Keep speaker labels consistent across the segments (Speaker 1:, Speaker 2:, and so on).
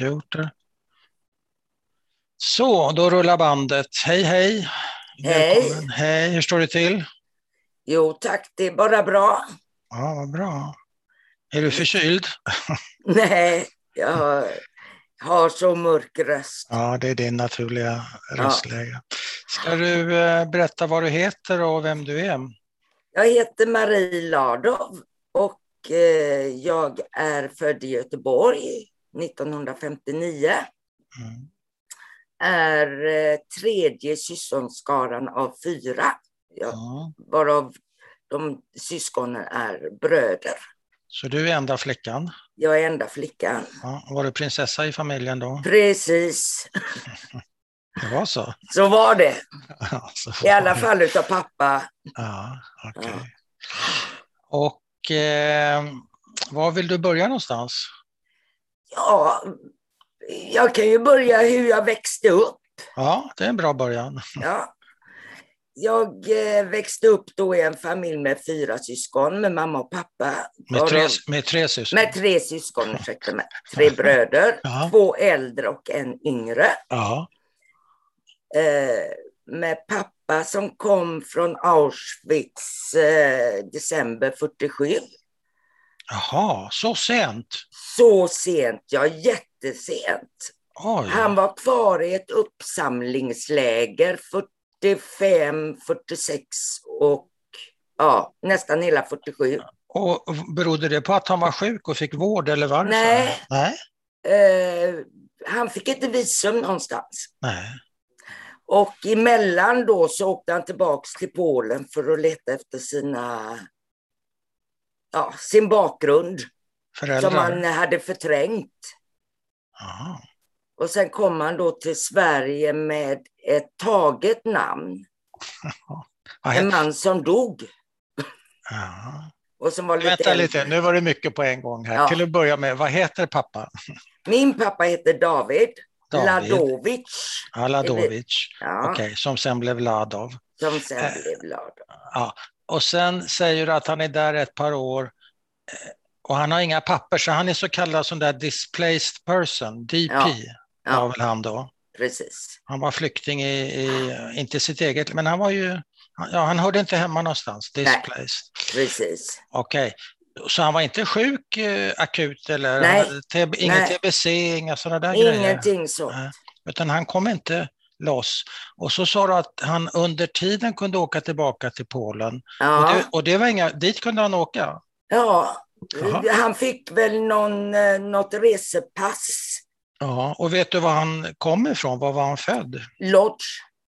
Speaker 1: jag har gjort där. Så, då rullar bandet. Hej, hej!
Speaker 2: Hej.
Speaker 1: Välkommen. Hej, hur står det till?
Speaker 2: Jo tack, det är bara bra.
Speaker 1: Ja, vad bra. Är du förkyld?
Speaker 2: Nej, jag har så mörk röst.
Speaker 1: Ja, det är din naturliga
Speaker 2: Ja.
Speaker 1: röstläge. Ska du eh, berätta vad du heter och vem du är?
Speaker 2: Jag heter Marie Lardov och eh, jag är född i Göteborg 1959.
Speaker 1: Mm.
Speaker 2: Är eh, tredje syskonskaran av fyra,
Speaker 1: Ja.
Speaker 2: varav de syskonen är bröder.
Speaker 1: Så du är enda flickan.
Speaker 2: Jag är enda flickan.
Speaker 1: Ja. Var du prinsessa i familjen då?
Speaker 2: Precis,
Speaker 1: Det var så?
Speaker 2: så var det.
Speaker 1: Ja, så
Speaker 2: I alla
Speaker 1: var det.
Speaker 2: fall utav pappa.
Speaker 1: Ja, okej.
Speaker 2: Ja.
Speaker 1: Och eh, var vill du börja någonstans?
Speaker 2: Ja, jag kan ju börja hur jag växte upp.
Speaker 1: Ja, det är en bra början.
Speaker 2: Ja. Jag eh, växte upp då i en familj med fyra syskon med mamma och pappa.
Speaker 1: Med
Speaker 2: Var
Speaker 1: tre,
Speaker 2: de-
Speaker 1: med tre syskon?
Speaker 2: med tre syskon, ursäkta mig. Tre bröder,
Speaker 1: Ja.
Speaker 2: två äldre och en yngre.
Speaker 1: Ja.
Speaker 2: Eh, med pappa som kom från Auschwitz eh, december 47.
Speaker 1: Jaha, så sent?
Speaker 2: Så sent, ja jättesent.
Speaker 1: Oj.
Speaker 2: Han var kvar i ett uppsamlingsläger 45, 46 och ja, nästan hela 47.
Speaker 1: Och berodde det på att han var sjuk och fick vård eller varför?
Speaker 2: Nej.
Speaker 1: Nej.
Speaker 2: Eh, han fick inte visum någonstans.
Speaker 1: Nej.
Speaker 2: Och emellan då så åkte han tillbaks till Polen för att leta efter sina, ja, sin bakgrund
Speaker 1: Föräldrar?
Speaker 2: som han hade förträngt.
Speaker 1: Jaha.
Speaker 2: Och sen kom han då till Sverige med ett taget namn.
Speaker 1: Vad
Speaker 2: En
Speaker 1: hette-
Speaker 2: man som dog.
Speaker 1: Jaha.
Speaker 2: Och som var lite
Speaker 1: Vänta
Speaker 2: äldre.
Speaker 1: lite, nu var det mycket på en gång här.
Speaker 2: Ja.
Speaker 1: Till att börja med, vad heter pappa?
Speaker 2: Min pappa heter David,
Speaker 1: David
Speaker 2: Ladovic.
Speaker 1: Aladovic.
Speaker 2: Ja,
Speaker 1: Okej, som sen blev Ladov.
Speaker 2: Som sen
Speaker 1: Eh.
Speaker 2: blev Ladov.
Speaker 1: Ja. Och sen säger du att han är där ett par år eh, och han har inga papper så han är så kallad sån där displaced person, DP,
Speaker 2: Ja.
Speaker 1: var
Speaker 2: Ja,
Speaker 1: väl han då.
Speaker 2: precis.
Speaker 1: Han var flykting i, i inte sitt eget, men han var ju, ja han hörde inte hemma någonstans, displaced.
Speaker 2: precis.
Speaker 1: Okej, så han var inte sjuk eh, akut eller
Speaker 2: Nej.
Speaker 1: han hade TB, inget
Speaker 2: Nej.
Speaker 1: TBC, inga sådana där grejer?
Speaker 2: Ingenting så.
Speaker 1: Nej. Utan han kom inte loss. Och så sa du att han under tiden kunde åka tillbaka till Polen. Och,
Speaker 2: Ja,
Speaker 1: det, och det var inga, dit kunde han åka?
Speaker 2: ja.
Speaker 1: Jaha.
Speaker 2: han fick väl någon, eh, något resepass.
Speaker 1: Ja, och vet du var han kom ifrån? Var var han född?
Speaker 2: Lodge.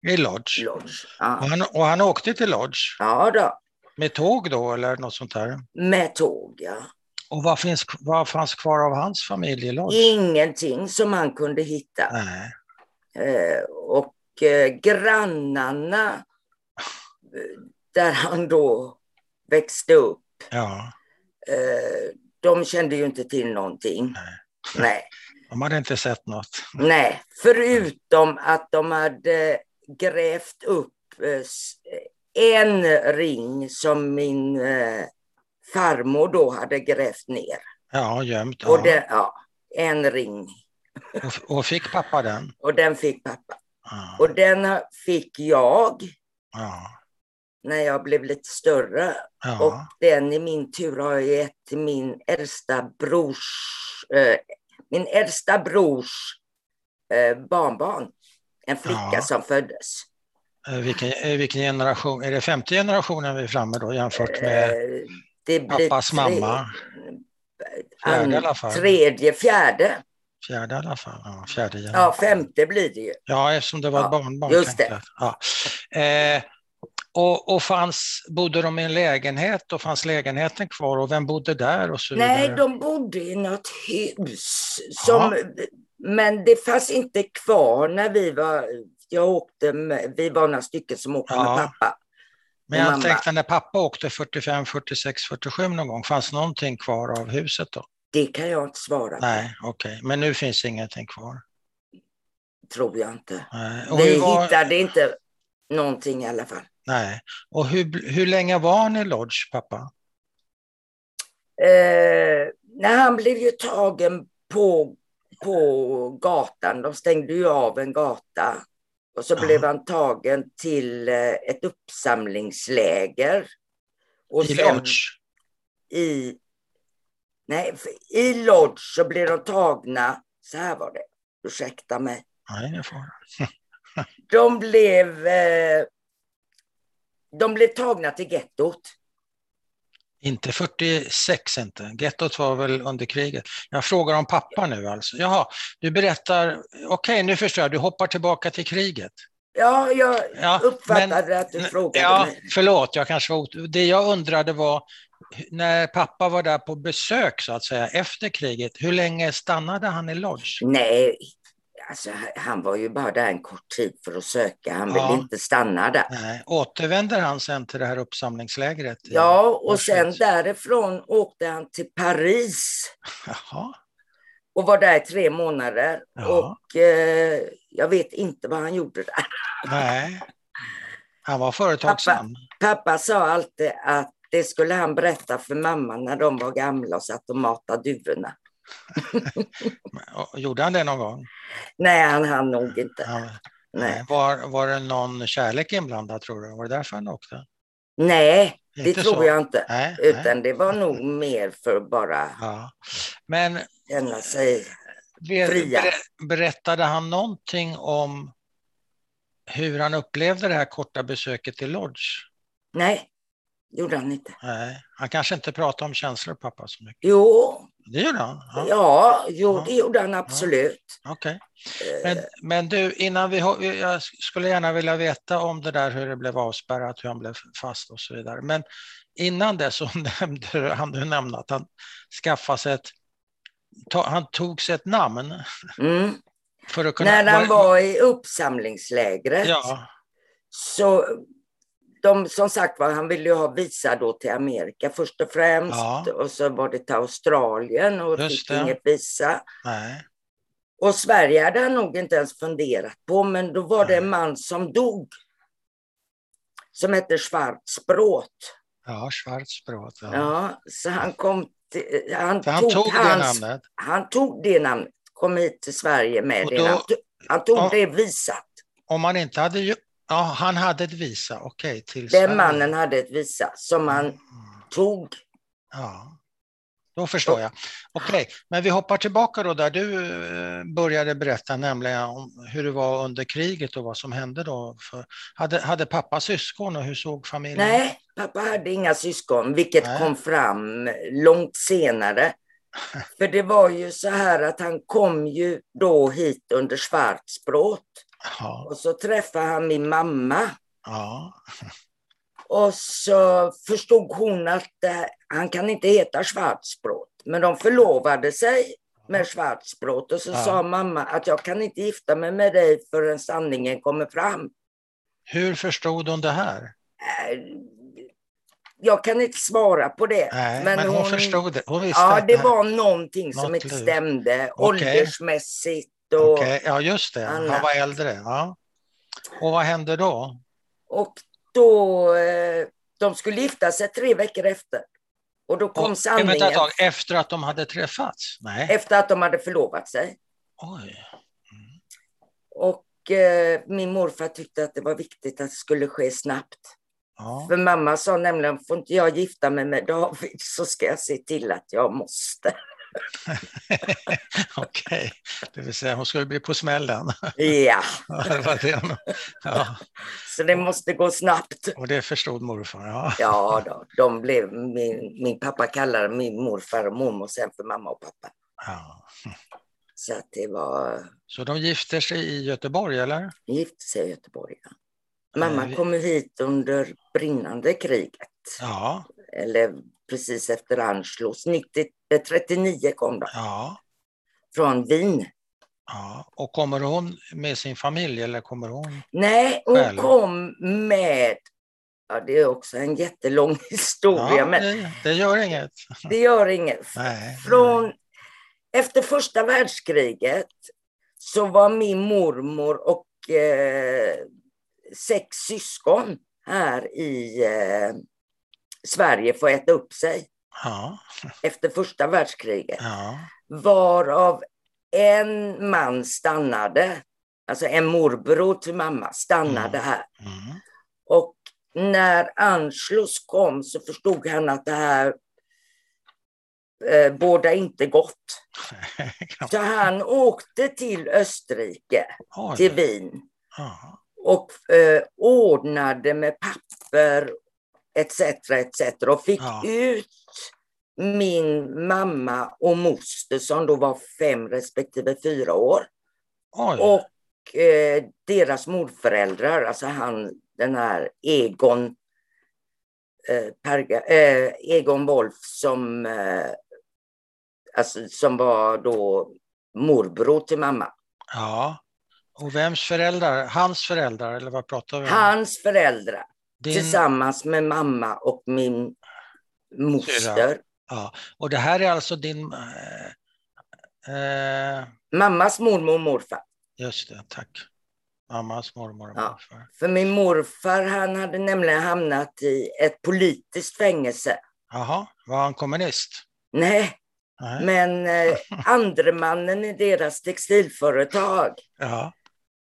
Speaker 1: I Lodge.
Speaker 2: Lodge.
Speaker 1: Och
Speaker 2: Ja.
Speaker 1: han, och han åkte till Lodge
Speaker 2: ja då,
Speaker 1: med tåg då eller något sånt där?
Speaker 2: med tåg ja.
Speaker 1: Och vad, finns, vad fanns kvar av hans familj i
Speaker 2: Mm.
Speaker 1: Lodge?
Speaker 2: Ingenting som han kunde hitta.
Speaker 1: Nej.
Speaker 2: Eh, och eh, grannarna eh, där han då växte upp
Speaker 1: Ja,
Speaker 2: Eh, de kände ju inte till någonting.
Speaker 1: Nej.
Speaker 2: Nej.
Speaker 1: de hade inte sett något.
Speaker 2: Nej. Förutom att de hade grävt upp eh, s- en ring som min eh, farmor då hade grävt ner.
Speaker 1: Ja, gömt.
Speaker 2: Och,
Speaker 1: Ja.
Speaker 2: det, ja, en ring.
Speaker 1: Och, och fick pappa den?
Speaker 2: och den fick pappa.
Speaker 1: Ja.
Speaker 2: Och den ha- fick jag
Speaker 1: Ja.
Speaker 2: när jag blev lite större. Och
Speaker 1: Ja.
Speaker 2: den i min tur har jag gett till min äldsta brors, eh, min äldsta brors eh, barnbarn. En flicka
Speaker 1: Ja.
Speaker 2: som föddes.
Speaker 1: Eh, Vilken, eh, vilken generation? Är det femte generationen vi är framme då jämfört med
Speaker 2: Eh, det blir
Speaker 1: pappas
Speaker 2: tre-
Speaker 1: mamma? Fjärde i alla fall.
Speaker 2: Tredje, fjärde.
Speaker 1: Fjärde i alla fall. Ja, fjärde generation.
Speaker 2: Ja, femte blir det ju.
Speaker 1: Ja, eftersom det var ett
Speaker 2: Ja,
Speaker 1: barnbarn.
Speaker 2: just
Speaker 1: tänkte
Speaker 2: det.
Speaker 1: jag. Ja. Eh, och och fanns, bodde de i en lägenhet och fanns lägenheten kvar och vem bodde där och så vidare?
Speaker 2: Nej, de bodde i något hus. Som, Men det fanns inte kvar när vi var... Jag åkte med, vi var några stycken som åkte
Speaker 1: Ja.
Speaker 2: med pappa.
Speaker 1: Men jag
Speaker 2: mamma.
Speaker 1: tänkte när pappa åkte 45, 46, 47 någon gång, fanns någonting kvar av huset då?
Speaker 2: Det kan jag inte svara på.
Speaker 1: Nej, okej. Men nu finns ingenting kvar.
Speaker 2: tror jag inte.
Speaker 1: Nej. Och
Speaker 2: Vi
Speaker 1: hur, var,
Speaker 2: hittade inte någonting i alla fall.
Speaker 1: nej. Och hur, hur länge var han i Lodge, pappa?
Speaker 2: Eh, när han blev ju tagen på på gatan. De stängde ju av en gata. Och så
Speaker 1: Aha.
Speaker 2: blev han tagen till eh, ett uppsamlingsläger. Och
Speaker 1: I
Speaker 2: sen
Speaker 1: Lodge.
Speaker 2: i... Nej, för i Lodge så blev de tagna... Så här var det. Ursäkta mig.
Speaker 1: Nej, nu får jag.
Speaker 2: De blev... Eh, de blev tagna till gettot.
Speaker 1: Inte 46 inte. Gettot var väl under kriget. Jag frågar om pappa nu alltså. Jaha, du berättar. Okej, nu förstår jag. Du hoppar tillbaka till kriget.
Speaker 2: Ja, jag
Speaker 1: Ja,
Speaker 2: uppfattade att du
Speaker 1: men-
Speaker 2: frågade
Speaker 1: ja,
Speaker 2: mig.
Speaker 1: förlåt, jag kanske var ot- Det jag undrade var när pappa var där på besök så att säga efter kriget, hur länge stannade han i Lodge?
Speaker 2: Nej, alltså, han var ju bara där en kort tid för att söka. Han
Speaker 1: Ja.
Speaker 2: ville inte stanna där.
Speaker 1: Nej, återvänder han sen till det här uppsamlingslägret? i-
Speaker 2: Ja, och sen
Speaker 1: Varsågod.
Speaker 2: därifrån åkte han till Paris
Speaker 1: Jaha,
Speaker 2: och var där i tre månader.
Speaker 1: Ja.
Speaker 2: Och eh, jag vet inte vad han gjorde där.
Speaker 1: nej. Han var företagsam.
Speaker 2: Pappa sa alltid att det skulle han berätta för mamma när de var gamla och satt och matade duvorna.
Speaker 1: Och Gjorde han det någon gång?
Speaker 2: Nej, han hann nog inte.
Speaker 1: Han,
Speaker 2: Nej,
Speaker 1: Var, var det någon kärlek inblandad tror du? Var det därför han åkte?
Speaker 2: Nej det
Speaker 1: Inte
Speaker 2: tror
Speaker 1: så.
Speaker 2: jag inte.
Speaker 1: Nej, nej.
Speaker 2: Utan det var nog mer för att bara
Speaker 1: Ja. Men
Speaker 2: känna sig
Speaker 1: Vet-
Speaker 2: Fria.
Speaker 1: ber- Berättade han någonting om hur han upplevde det här korta besöket i Lodge?
Speaker 2: Nej, gjorde han inte.
Speaker 1: Nej, han kanske inte pratade om känslor pappa så mycket.
Speaker 2: Jo,
Speaker 1: Det gjorde han? Ja,
Speaker 2: ja, jo
Speaker 1: Ja.
Speaker 2: det gjorde han absolut.
Speaker 1: okej.
Speaker 2: Eh,
Speaker 1: Men, men du, innan vi... ho- Jag skulle gärna vilja veta om det där hur det blev avspärrat, hur han blev fast och så vidare. Men innan det så nämnde du- han du nämnde att han skaffade sig ett... Ta, han tog sig ett namn
Speaker 2: Mm.
Speaker 1: för att kunna...
Speaker 2: När han var i uppsamlingslägret
Speaker 1: Ja,
Speaker 2: så de, som sagt var, han ville ju ha visa då till Amerika först och främst
Speaker 1: Ja.
Speaker 2: och så var det till Australien och
Speaker 1: Just
Speaker 2: fick
Speaker 1: det.
Speaker 2: inget visa.
Speaker 1: nej.
Speaker 2: Och Sverige hade han nog inte ens funderat på men då var det en man som dog. Som hette Schwarzbrot.
Speaker 1: Ja, Schwarzbrot.
Speaker 2: Ja. så han kom till, han,
Speaker 1: För han
Speaker 2: tog,
Speaker 1: tog, det
Speaker 2: hans,
Speaker 1: namnet.
Speaker 2: han tog det namnet, kom hit till Sverige med
Speaker 1: Och
Speaker 2: det
Speaker 1: då-
Speaker 2: namnet. Han tog
Speaker 1: Ja.
Speaker 2: det visat.
Speaker 1: Om man inte hade ju... Ja, han hade ett visa, okej, till Sverige. Mm.
Speaker 2: Den mannen hade ett visa som han tog.
Speaker 1: Ja, då förstår jag. Okej, men vi hoppar tillbaka då där du eh, började berätta, nämligen om hur det var under kriget och vad som hände då. För, hade, hade pappa syskon och hur såg familjen
Speaker 2: Nej, pappa hade inga syskon, vilket
Speaker 1: Nej.
Speaker 2: kom fram långt senare. För det var ju så här att han kom ju då hit under Schwarzbrot
Speaker 1: Ja,
Speaker 2: och så träffade han min mamma
Speaker 1: ja,
Speaker 2: och så förstod hon att eh, han kan inte heta Schwarzbrot. Men de förlovade sig med Schwarzbrot och så
Speaker 1: Ja.
Speaker 2: sa mamma att jag kan inte gifta mig med dig förrän sanningen kommer fram.
Speaker 1: Hur förstod hon det här?
Speaker 2: Eh, Jag kan inte svara på det.
Speaker 1: Nej, men, hon, förstod det. Hon visste
Speaker 2: Ja,
Speaker 1: att
Speaker 2: det
Speaker 1: här-
Speaker 2: var någonting som
Speaker 1: Något
Speaker 2: inte
Speaker 1: lur.
Speaker 2: stämde
Speaker 1: Okej.
Speaker 2: åldersmässigt. Och,
Speaker 1: Okej, Ja, just det. Han
Speaker 2: annat.
Speaker 1: var äldre. Ja. Och vad hände då?
Speaker 2: och då, eh, de skulle gifta sig tre veckor efter. Och då kom
Speaker 1: Och-
Speaker 2: sanningen
Speaker 1: Vänta ett tag, efter att de hade träffats? Nej.
Speaker 2: efter att de hade förlovat sig.
Speaker 1: Oj.
Speaker 2: Och eh, min morfar tyckte att det var viktigt att det skulle ske snabbt.
Speaker 1: Ja.
Speaker 2: För mamma sa nämligen, får inte jag gifta mig med David så ska jag se till att jag måste.
Speaker 1: Okej, det vill säga hon skulle bli på smällen.
Speaker 2: ja,
Speaker 1: Det var det hon- ja.
Speaker 2: så det måste gå snabbt.
Speaker 1: Och det förstod morfar. Ja.
Speaker 2: Ja, då, de blev, min, min pappa kallade min morfar och mormor sen för mamma och pappa.
Speaker 1: Ja.
Speaker 2: Så att det var,
Speaker 1: Så de gifter sig i Göteborg eller?
Speaker 2: de gifte sig i Göteborg. ja. Mamma
Speaker 1: Eh, vi-
Speaker 2: kom ju hit under brinnande kriget,
Speaker 1: Ja,
Speaker 2: eller precis efter Anschluss. 90, eh, 39 kom de
Speaker 1: ja,
Speaker 2: från Wien.
Speaker 1: ja. Och kommer hon med sin familj eller kommer hon?
Speaker 2: Nej, hon
Speaker 1: Själv.
Speaker 2: kom med, ja det är också en jättelång historia,
Speaker 1: Ja,
Speaker 2: men
Speaker 1: det, det gör inget.
Speaker 2: det gör inget.
Speaker 1: Nej.
Speaker 2: Från, efter första världskriget så var min mormor och eh, sex syskon här i eh, Sverige för att äta upp sig
Speaker 1: Ja,
Speaker 2: efter första världskriget.
Speaker 1: ja,
Speaker 2: Varav en man stannade, alltså en morbror till mamma, stannade
Speaker 1: Mm.
Speaker 2: här.
Speaker 1: Mm.
Speaker 2: Och när Anschluss kom så förstod han att det här eh, båda inte gott. Så han åkte till Österrike,
Speaker 1: Oj.
Speaker 2: till Wien
Speaker 1: Ja.
Speaker 2: och eh, ordnade med papper etc. etc. och fick
Speaker 1: Ja.
Speaker 2: ut min mamma och moster som då var fem respektive fyra år
Speaker 1: Oj.
Speaker 2: och eh, deras morföräldrar, alltså han, den här Egon, eh, Perga, eh, Egon Wolf som, eh, alltså, som var då morbror till mamma.
Speaker 1: Ja. Och vems föräldrar? Hans föräldrar eller vad pratar vi om?
Speaker 2: Hans föräldrar
Speaker 1: Din...
Speaker 2: tillsammans med mamma och min moster.
Speaker 1: Och det här är alltså din... eh, Eh,
Speaker 2: Mammas mormor och morfar.
Speaker 1: just det, tack. Mammas mormor och
Speaker 2: Ja.
Speaker 1: morfar.
Speaker 2: För min morfar han hade nämligen hamnat i ett politiskt fängelse.
Speaker 1: Jaha, var han kommunist?
Speaker 2: Nej,
Speaker 1: Nej.
Speaker 2: Men eh, andremannen i deras textilföretag
Speaker 1: Ja.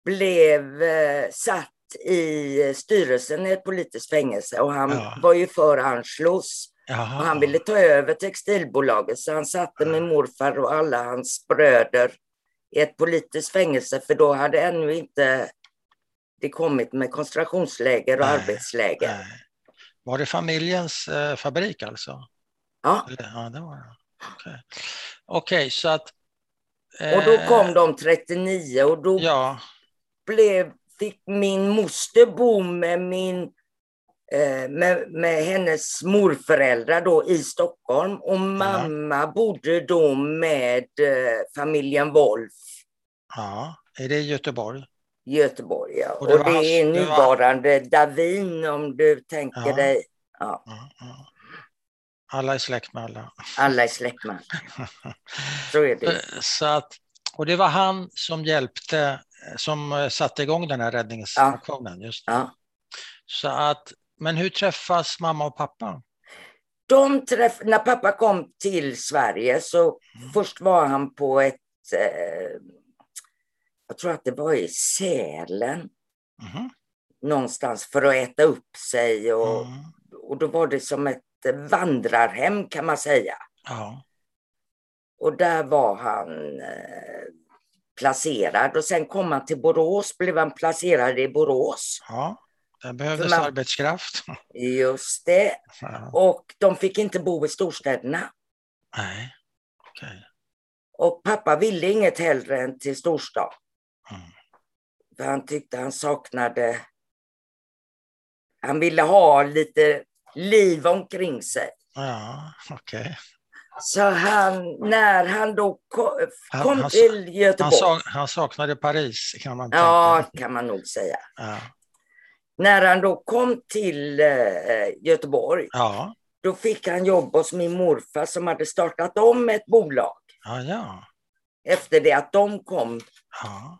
Speaker 2: blev eh, satt i eh, styrelsen i ett politiskt fängelse och han
Speaker 1: Ja.
Speaker 2: var ju för Anschluss.
Speaker 1: Jaha.
Speaker 2: Och han ville ta över textilbolaget så han satte min morfar och alla hans bröder i ett politiskt fängelse för då hade ännu inte det kommit med koncentrationsläger och
Speaker 1: Nej,
Speaker 2: arbetsläger.
Speaker 1: Nej. Var det familjens eh, fabrik alltså?
Speaker 2: Ja.
Speaker 1: Eller- Ja, det var det. Okej, Okej, så att... eh,
Speaker 2: Och då kom de 39 och då
Speaker 1: Ja,
Speaker 2: blev, fick min moster bo med min eh, med, med hennes morföräldrar då i Stockholm och mamma bodde då med eh, familjen Wolf
Speaker 1: ja. Är det i Göteborg?
Speaker 2: i Göteborg. Ja.
Speaker 1: Och
Speaker 2: Och
Speaker 1: det
Speaker 2: det,
Speaker 1: var hans-
Speaker 2: är
Speaker 1: det var-
Speaker 2: nuvarande Davin om du tänker
Speaker 1: Ja.
Speaker 2: dig.
Speaker 1: Ja, ja. Alla är släkt med alla.
Speaker 2: Alla är släkt med alla. Så är det.
Speaker 1: Eh, Så att, och det var han som hjälpte, eh, som eh, satte igång den här räddningsaktionen. Just. det.
Speaker 2: Ja.
Speaker 1: Så att, men hur träffas mamma och pappa?
Speaker 2: De träff... När pappa kom till Sverige så
Speaker 1: Mm.
Speaker 2: först var han på ett, eh, jag tror att det var i Sälen,
Speaker 1: Mhm.
Speaker 2: någonstans för att äta upp sig. Och,
Speaker 1: Mm.
Speaker 2: och då var det som ett vandrarhem kan man säga.
Speaker 1: Ja.
Speaker 2: Och där var han eh, placerad. Och sen kom han till Borås, blev han placerad i Borås.
Speaker 1: ja, där behövdes
Speaker 2: mamma-
Speaker 1: arbetskraft.
Speaker 2: Just det.
Speaker 1: Ja.
Speaker 2: Och de fick inte bo i storstäderna.
Speaker 1: Nej, okej.
Speaker 2: Och pappa ville inget hellre än till storstad.
Speaker 1: Mm.
Speaker 2: För han tyckte han saknade... Han ville ha lite liv omkring sig.
Speaker 1: Ja, okej.
Speaker 2: Så han, när han då ko-
Speaker 1: Han-
Speaker 2: kom
Speaker 1: han sa-
Speaker 2: till
Speaker 1: Han,
Speaker 2: Göteborg,
Speaker 1: sa, han saknade Paris kan man
Speaker 2: ja
Speaker 1: tänka.
Speaker 2: kan man nog säga.
Speaker 1: Ja.
Speaker 2: När han då kom till eh, Göteborg,
Speaker 1: Ja,
Speaker 2: då fick han jobb hos min morfar som hade startat om ett bolag
Speaker 1: ja, ja.
Speaker 2: efter det att de kom
Speaker 1: ja.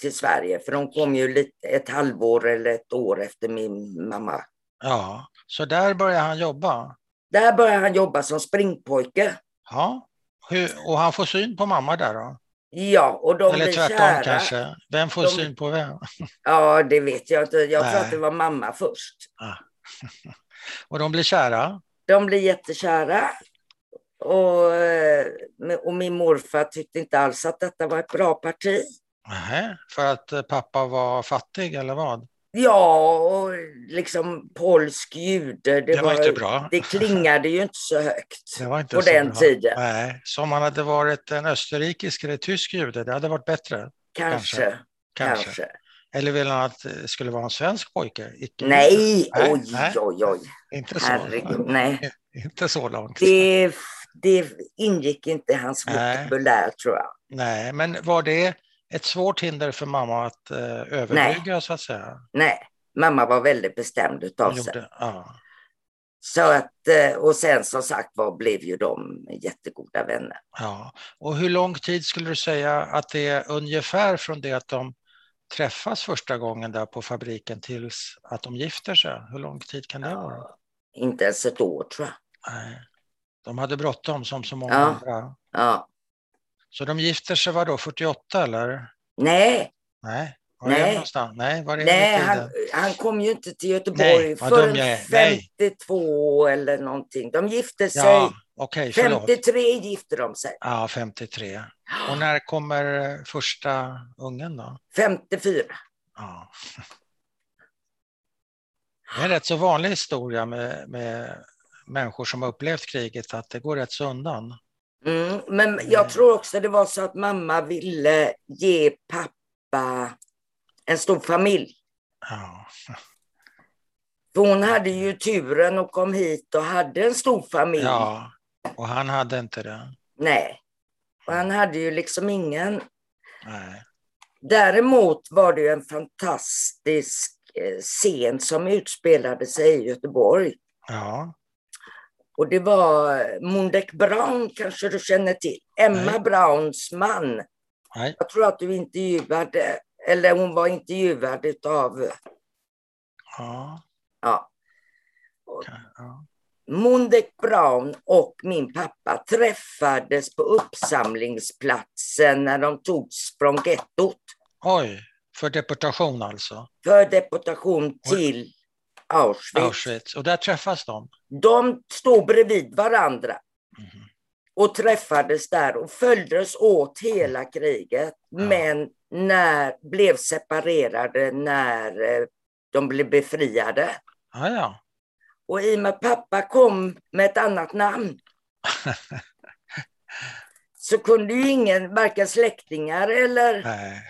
Speaker 2: till Sverige. För de kom ju lite, ett halvår eller ett år efter min mamma.
Speaker 1: ja. Så där började han jobba.
Speaker 2: Där började han jobba som springpojke.
Speaker 1: Ja. Hur, och han får syn på mamma där då?
Speaker 2: Ja, och de
Speaker 1: Eller
Speaker 2: blev
Speaker 1: tvärtom
Speaker 2: kära.
Speaker 1: kanske? Vem får
Speaker 2: De-
Speaker 1: syn på vem?
Speaker 2: Ja, det vet jag inte. Jag tror
Speaker 1: Nej.
Speaker 2: att det var mamma först.
Speaker 1: Och de blir kära?
Speaker 2: De blev jättekära. Och, eh, och min morfar tyckte inte alls att detta var ett bra parti.
Speaker 1: Nähä, för att eh, pappa var fattig eller vad?
Speaker 2: Ja, och liksom polsk jude.
Speaker 1: Det, var, inte bra.
Speaker 2: Det klingade ju inte så högt
Speaker 1: Det var inte
Speaker 2: på
Speaker 1: så
Speaker 2: den
Speaker 1: bra.
Speaker 2: tiden.
Speaker 1: Nej, som han hade varit en österrikisk eller tysk jude, det hade varit bättre.
Speaker 2: Kanske,
Speaker 1: Kanske.
Speaker 2: kanske.
Speaker 1: Kanske. Mm. Eller ville han att det skulle vara en svensk pojke? Icke
Speaker 2: Nej,
Speaker 1: Nej,
Speaker 2: oj,
Speaker 1: nej.
Speaker 2: oj, oj.
Speaker 1: Inte så,
Speaker 2: Herregud, nej.
Speaker 1: inte så långt.
Speaker 2: Det, det ingick inte i hans
Speaker 1: Nej.
Speaker 2: vokabulär tror jag.
Speaker 1: Nej, men var det ett svårt hinder för mamma att eh, överbrygga så att säga?
Speaker 2: Nej, mamma var väldigt bestämd utav
Speaker 1: Hon
Speaker 2: sig.
Speaker 1: gjorde, ja.
Speaker 2: Så att, eh, och sen som sagt var blev ju de jättegoda vänner.
Speaker 1: Ja, och hur lång tid skulle du säga att det är ungefär från det att de träffas första gången där på fabriken tills att de gifter sig? Hur lång tid kan det vara?
Speaker 2: Inte ens ett år tror jag.
Speaker 1: Nej. De hade bråttom som så många
Speaker 2: Ja.
Speaker 1: andra.
Speaker 2: Ja.
Speaker 1: Så de gifter sig var då 48 eller?
Speaker 2: Nej,
Speaker 1: Nej, var är
Speaker 2: Nej.
Speaker 1: det någonstans? Nej, var är
Speaker 2: nej
Speaker 1: det
Speaker 2: han, han kom ju inte till
Speaker 1: Nej,
Speaker 2: Göteborg
Speaker 1: vad
Speaker 2: förrän
Speaker 1: dum jag är. Nej.
Speaker 2: 52 eller någonting. De gifte sig.
Speaker 1: Ja, okej, förlåt.
Speaker 2: 53 gifte de sig.
Speaker 1: Ja, 53. Och när kommer eh, första ungen då?
Speaker 2: 54.
Speaker 1: Ja. Det är en rätt så vanlig historia med, med människor som har upplevt kriget, att det går rätt så undan.
Speaker 2: Mm, men jag tror också det var så att mamma ville ge pappa en stor familj.
Speaker 1: Ja,
Speaker 2: För hon hade ju turen och kom hit och hade en stor familj.
Speaker 1: ja. och han hade inte det.
Speaker 2: Nej. Och han hade ju liksom ingen.
Speaker 1: Nej.
Speaker 2: Däremot var det ju en fantastisk eh, scen som utspelade sig i Göteborg.
Speaker 1: Ja,
Speaker 2: Och det var Mundek Brown kanske du känner till. Emma
Speaker 1: Nej.
Speaker 2: Browns man.
Speaker 1: Nej.
Speaker 2: Jag tror att du intervjuade, eller hon var intervjuad utav
Speaker 1: ja,
Speaker 2: ja,
Speaker 1: ja.
Speaker 2: Mundek Brown och min pappa träffades på uppsamlingsplatsen när de togs från gettot
Speaker 1: Oj, för deportation alltså,
Speaker 2: för deportation till Auschwitz.
Speaker 1: Auschwitz. Och där träffas de.
Speaker 2: De stod bredvid varandra
Speaker 1: Mhm.
Speaker 2: och träffades där och följdes åt hela kriget. Men när, blev separerade när eh, de blev befriade.
Speaker 1: Ja, ja.
Speaker 2: Och i och med pappa kom med ett annat namn så kunde ju ingen, varken släktingar eller,
Speaker 1: Nej.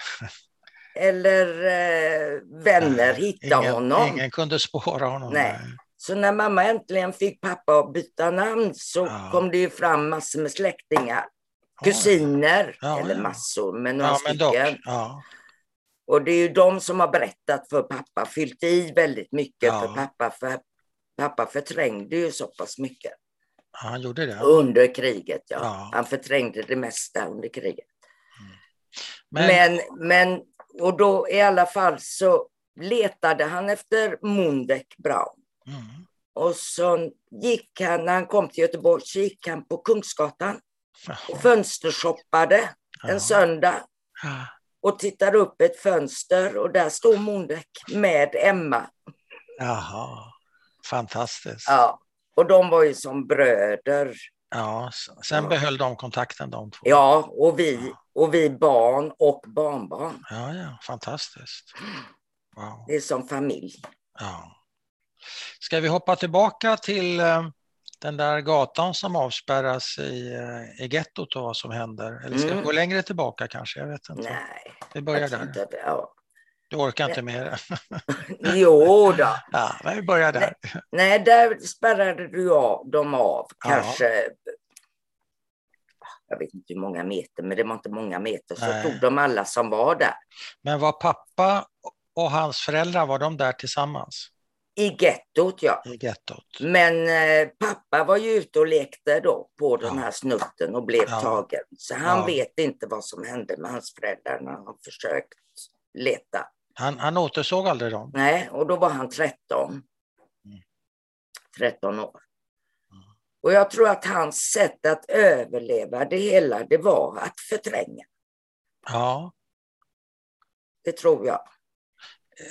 Speaker 2: eller eh, vänner hitta
Speaker 1: ingen,
Speaker 2: honom.
Speaker 1: Ingen kunde spåra honom.
Speaker 2: Nej. Så när mamma äntligen fick pappa att byta namn så
Speaker 1: Ja.
Speaker 2: kom det ju fram massor med släktingar.
Speaker 1: Oj.
Speaker 2: Kusiner,
Speaker 1: Ja,
Speaker 2: eller
Speaker 1: ja.
Speaker 2: massor, men några
Speaker 1: Ja, men dock.
Speaker 2: stycken.
Speaker 1: Ja,
Speaker 2: Och det är ju de som har berättat för pappa, fyllt i väldigt mycket
Speaker 1: Ja.
Speaker 2: för pappa. För pappa förträngde ju så pass mycket
Speaker 1: han gjorde det.
Speaker 2: under kriget. Ja.
Speaker 1: Ja.
Speaker 2: Han förträngde det mesta under kriget.
Speaker 1: Men,
Speaker 2: Men, men, och då i alla fall så letade han efter Mundek Brown.
Speaker 1: Mm.
Speaker 2: Och så gick han, när han kom till Göteborg, så gick han på Kungsgatan
Speaker 1: Jaha.
Speaker 2: och fönstershoppade
Speaker 1: Ja.
Speaker 2: en söndag
Speaker 1: Ja.
Speaker 2: och tittade upp ett fönster och där stod Mundek med Emma.
Speaker 1: Jaha, fantastiskt. Ja.
Speaker 2: Ja. Och de var ju som bröder.
Speaker 1: s- sen
Speaker 2: Ja.
Speaker 1: behöll de kontakten de två.
Speaker 2: Ja, och vi, och vi barn och barnbarn.
Speaker 1: ja, ja, fantastiskt. Wow.
Speaker 2: Det är som familj.
Speaker 1: Ja. Ska vi hoppa tillbaka till eh, den där gatan som avspärras i, eh, i gettot och vad som händer? Eller ska vi
Speaker 2: Mm.
Speaker 1: gå längre tillbaka kanske? Jag vet inte.
Speaker 2: Nej,
Speaker 1: Vi börjar
Speaker 2: jag tror
Speaker 1: där.
Speaker 2: inte att- ja.
Speaker 1: Du orkar inte med det.
Speaker 2: Jo då.
Speaker 1: Ja, men vi börjar där.
Speaker 2: Nej, där spärrade du av, dem av
Speaker 1: Ja.
Speaker 2: kanske. Jag vet inte hur många meter, men det var inte många meter. Så
Speaker 1: Nej.
Speaker 2: tog de alla som var där
Speaker 1: Men var pappa och hans föräldrar, var de där tillsammans
Speaker 2: i gettot. Ja.
Speaker 1: i gettot?
Speaker 2: Men eh, pappa var ju ute och lekte då på den
Speaker 1: Ja.
Speaker 2: här snutten och blev
Speaker 1: Ja.
Speaker 2: tagen. Så han
Speaker 1: Ja.
Speaker 2: vet inte vad som hände med hans föräldrar när han försökt leta.
Speaker 1: Han, han återsåg aldrig dem?
Speaker 2: Nej, och då var han 13. 13 år. Och jag tror att hans sätt att överleva det hela, det var att förtränga.
Speaker 1: Ja.
Speaker 2: Det tror jag.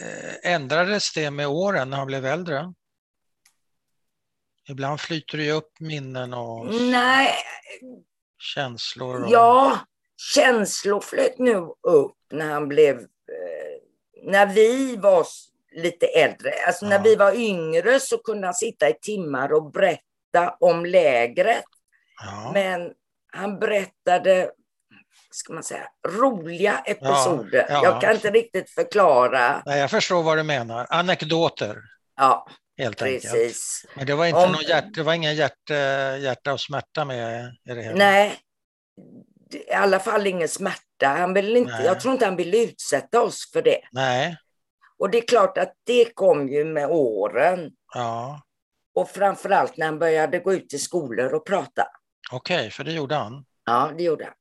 Speaker 1: Eh, ändrades det med åren när han blev äldre? Ibland flyter det ju upp minnen och
Speaker 2: Nej,
Speaker 1: känslor. Och...
Speaker 2: ja, känslor flöt nu upp när han blev... Eh, när vi var s- lite äldre, alltså
Speaker 1: Ja.
Speaker 2: när vi var yngre så kunde han sitta i timmar och berätta om lägret.
Speaker 1: Ja.
Speaker 2: Men han berättade, ska man säga, roliga episoder.
Speaker 1: ja.
Speaker 2: Jag kan inte riktigt förklara.
Speaker 1: Nej, jag förstår vad du menar. Anekdoter,
Speaker 2: Ja,
Speaker 1: helt enkelt.
Speaker 2: precis.
Speaker 1: Men det var, inte
Speaker 2: Om-
Speaker 1: någon hjärt... det var ingen hjärt... eh, hjärta och smärta med i det hela?
Speaker 2: Nej, det- i alla fall ingen smärta. Han vill inte,
Speaker 1: Nej.
Speaker 2: jag tror inte han ville utsätta oss för det.
Speaker 1: Nej.
Speaker 2: Och det är klart att det kom ju med åren.
Speaker 1: Ja,
Speaker 2: Och framförallt när han började gå ut i skolor och prata.
Speaker 1: okej, för det gjorde han. Mm.
Speaker 2: Ja, det gjorde han.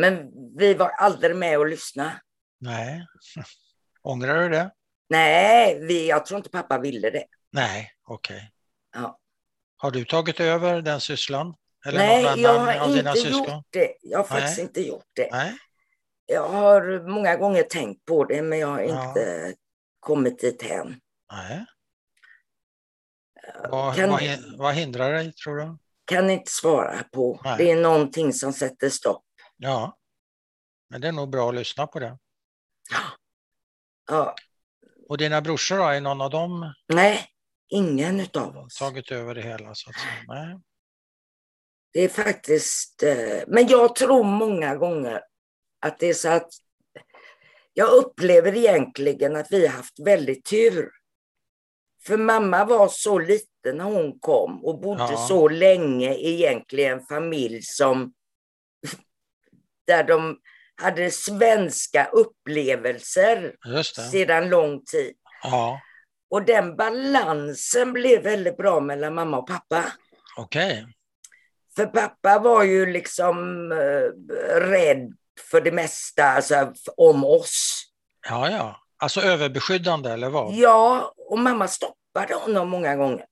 Speaker 2: Men vi var aldrig med och lyssna.
Speaker 1: Nej. Ångrar du det?
Speaker 2: Nej, vi, jag tror inte pappa ville det.
Speaker 1: Nej, okej.
Speaker 2: Ja.
Speaker 1: Har du tagit över den sysslan? Eller
Speaker 2: Nej,
Speaker 1: någon
Speaker 2: jag
Speaker 1: annan av
Speaker 2: har
Speaker 1: dina
Speaker 2: inte
Speaker 1: syskon?
Speaker 2: gjort det. Jag har faktiskt
Speaker 1: Nej.
Speaker 2: inte gjort det.
Speaker 1: Nej.
Speaker 2: Jag har många gånger tänkt på det, men jag har
Speaker 1: Ja.
Speaker 2: inte kommit dit än.
Speaker 1: Nej. Vad,
Speaker 2: Kan-
Speaker 1: vad, hin- vad hindrar dig, tror du?
Speaker 2: Kan inte svara på.
Speaker 1: Nej.
Speaker 2: Det är någonting som sätter stopp.
Speaker 1: Ja. Men det är nog bra att lyssna på det.
Speaker 2: Ja.
Speaker 1: Och dina brorsor då, är någon av dem
Speaker 2: Nej, ingen utav oss.
Speaker 1: tagit över det hela? Så att säga? Nej.
Speaker 2: Det är faktiskt... eh, Men jag tror många gånger att det är så att... Jag upplever egentligen att vi har haft väldigt tur. För mamma var så liten när hon kom och bodde
Speaker 1: Ja.
Speaker 2: så länge egentligen i en familj som... Där de hade svenska upplevelser
Speaker 1: Just det.
Speaker 2: sedan lång tid.
Speaker 1: Ja,
Speaker 2: Och den balansen blev väldigt bra mellan mamma och pappa.
Speaker 1: okej.
Speaker 2: För pappa var ju liksom eh, rädd för det mesta, alltså f- om oss.
Speaker 1: Ja, ja. Alltså överbeskyddande eller vad?
Speaker 2: Ja, och mamma stoppade honom många gånger.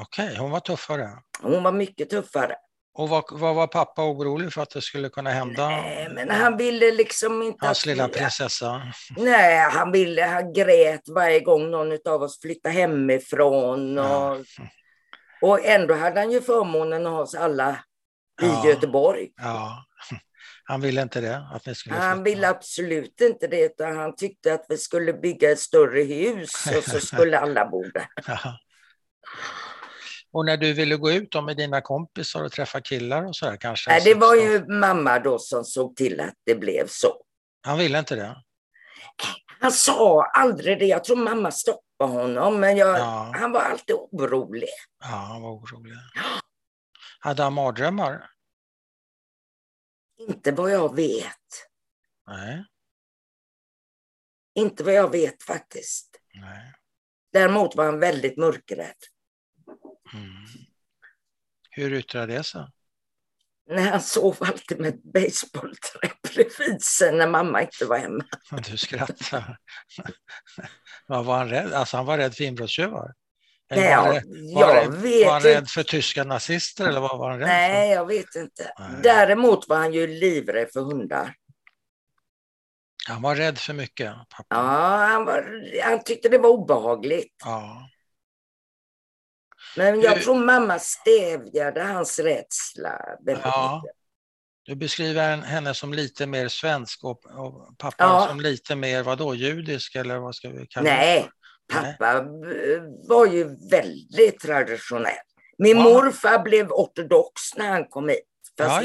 Speaker 1: Okej, hon var tuffare.
Speaker 2: Hon var mycket tuffare.
Speaker 1: Och vad, vad var pappa orolig för att det skulle kunna hända?
Speaker 2: Nej, men han ville liksom inte...
Speaker 1: Hans
Speaker 2: att-
Speaker 1: lilla prinsessa.
Speaker 2: Nej, han ville, han grät varje gång någon av oss flyttade hemifrån. Och,
Speaker 1: Ja.
Speaker 2: och ändå hade han ju förmånen att ha oss alla i
Speaker 1: Ja.
Speaker 2: Göteborg.
Speaker 1: Ja. Han ville inte det, att ni skulle
Speaker 2: Han
Speaker 1: flytta.
Speaker 2: ville absolut inte det, utan han tyckte att vi skulle bygga ett större hus och så skulle alla bo där.
Speaker 1: Ja. Och när du ville gå ut då med dina kompisar och träffa killar och sådär kanske?
Speaker 2: Nej, det var
Speaker 1: 16.
Speaker 2: ju mamma då som såg till att det blev så.
Speaker 1: Han ville inte det?
Speaker 2: Han sa aldrig det. Jag tror mamma stoppade honom, men jag,
Speaker 1: Ja.
Speaker 2: han var alltid orolig.
Speaker 1: Ja, han var orolig. Hade han mardrömmar?
Speaker 2: Inte vad jag vet.
Speaker 1: Nej.
Speaker 2: Inte vad jag vet faktiskt.
Speaker 1: Nej.
Speaker 2: Däremot var han väldigt mörkrädd.
Speaker 1: Mm. Hur yttrar det sig?
Speaker 2: När han sov alltid med ett basebollträ bredvid sig när mamma inte var hemma.
Speaker 1: Du skrattar. Vad var han rädd? Alltså han var rädd för inbrottstjuvar? Eller
Speaker 2: Nej,
Speaker 1: var han
Speaker 2: jag,
Speaker 1: rädd- var han- var
Speaker 2: jag
Speaker 1: han
Speaker 2: vet inte.
Speaker 1: rädd för tyska nazister eller vad var han rädd för?
Speaker 2: Nej, jag vet inte.
Speaker 1: Nej.
Speaker 2: Däremot var han ju livrädd för hundar.
Speaker 1: Han var rädd för mycket, pappa.
Speaker 2: Ja, han, var, han tyckte det var obehagligt.
Speaker 1: Ja.
Speaker 2: Men jag
Speaker 1: Du-
Speaker 2: tror mamma stävjade hans rädsla. väldigt
Speaker 1: Ja.
Speaker 2: mycket.
Speaker 1: Du beskriver en- henne som lite mer svensk och, och pappa
Speaker 2: Ja.
Speaker 1: som lite mer vadå, judisk eller vad ska vi kalla det?
Speaker 2: Nej,
Speaker 1: Nej.
Speaker 2: pappa eh, var ju väldigt traditionell. Min
Speaker 1: Ja.
Speaker 2: morfar blev ortodox när han kom hit. Fast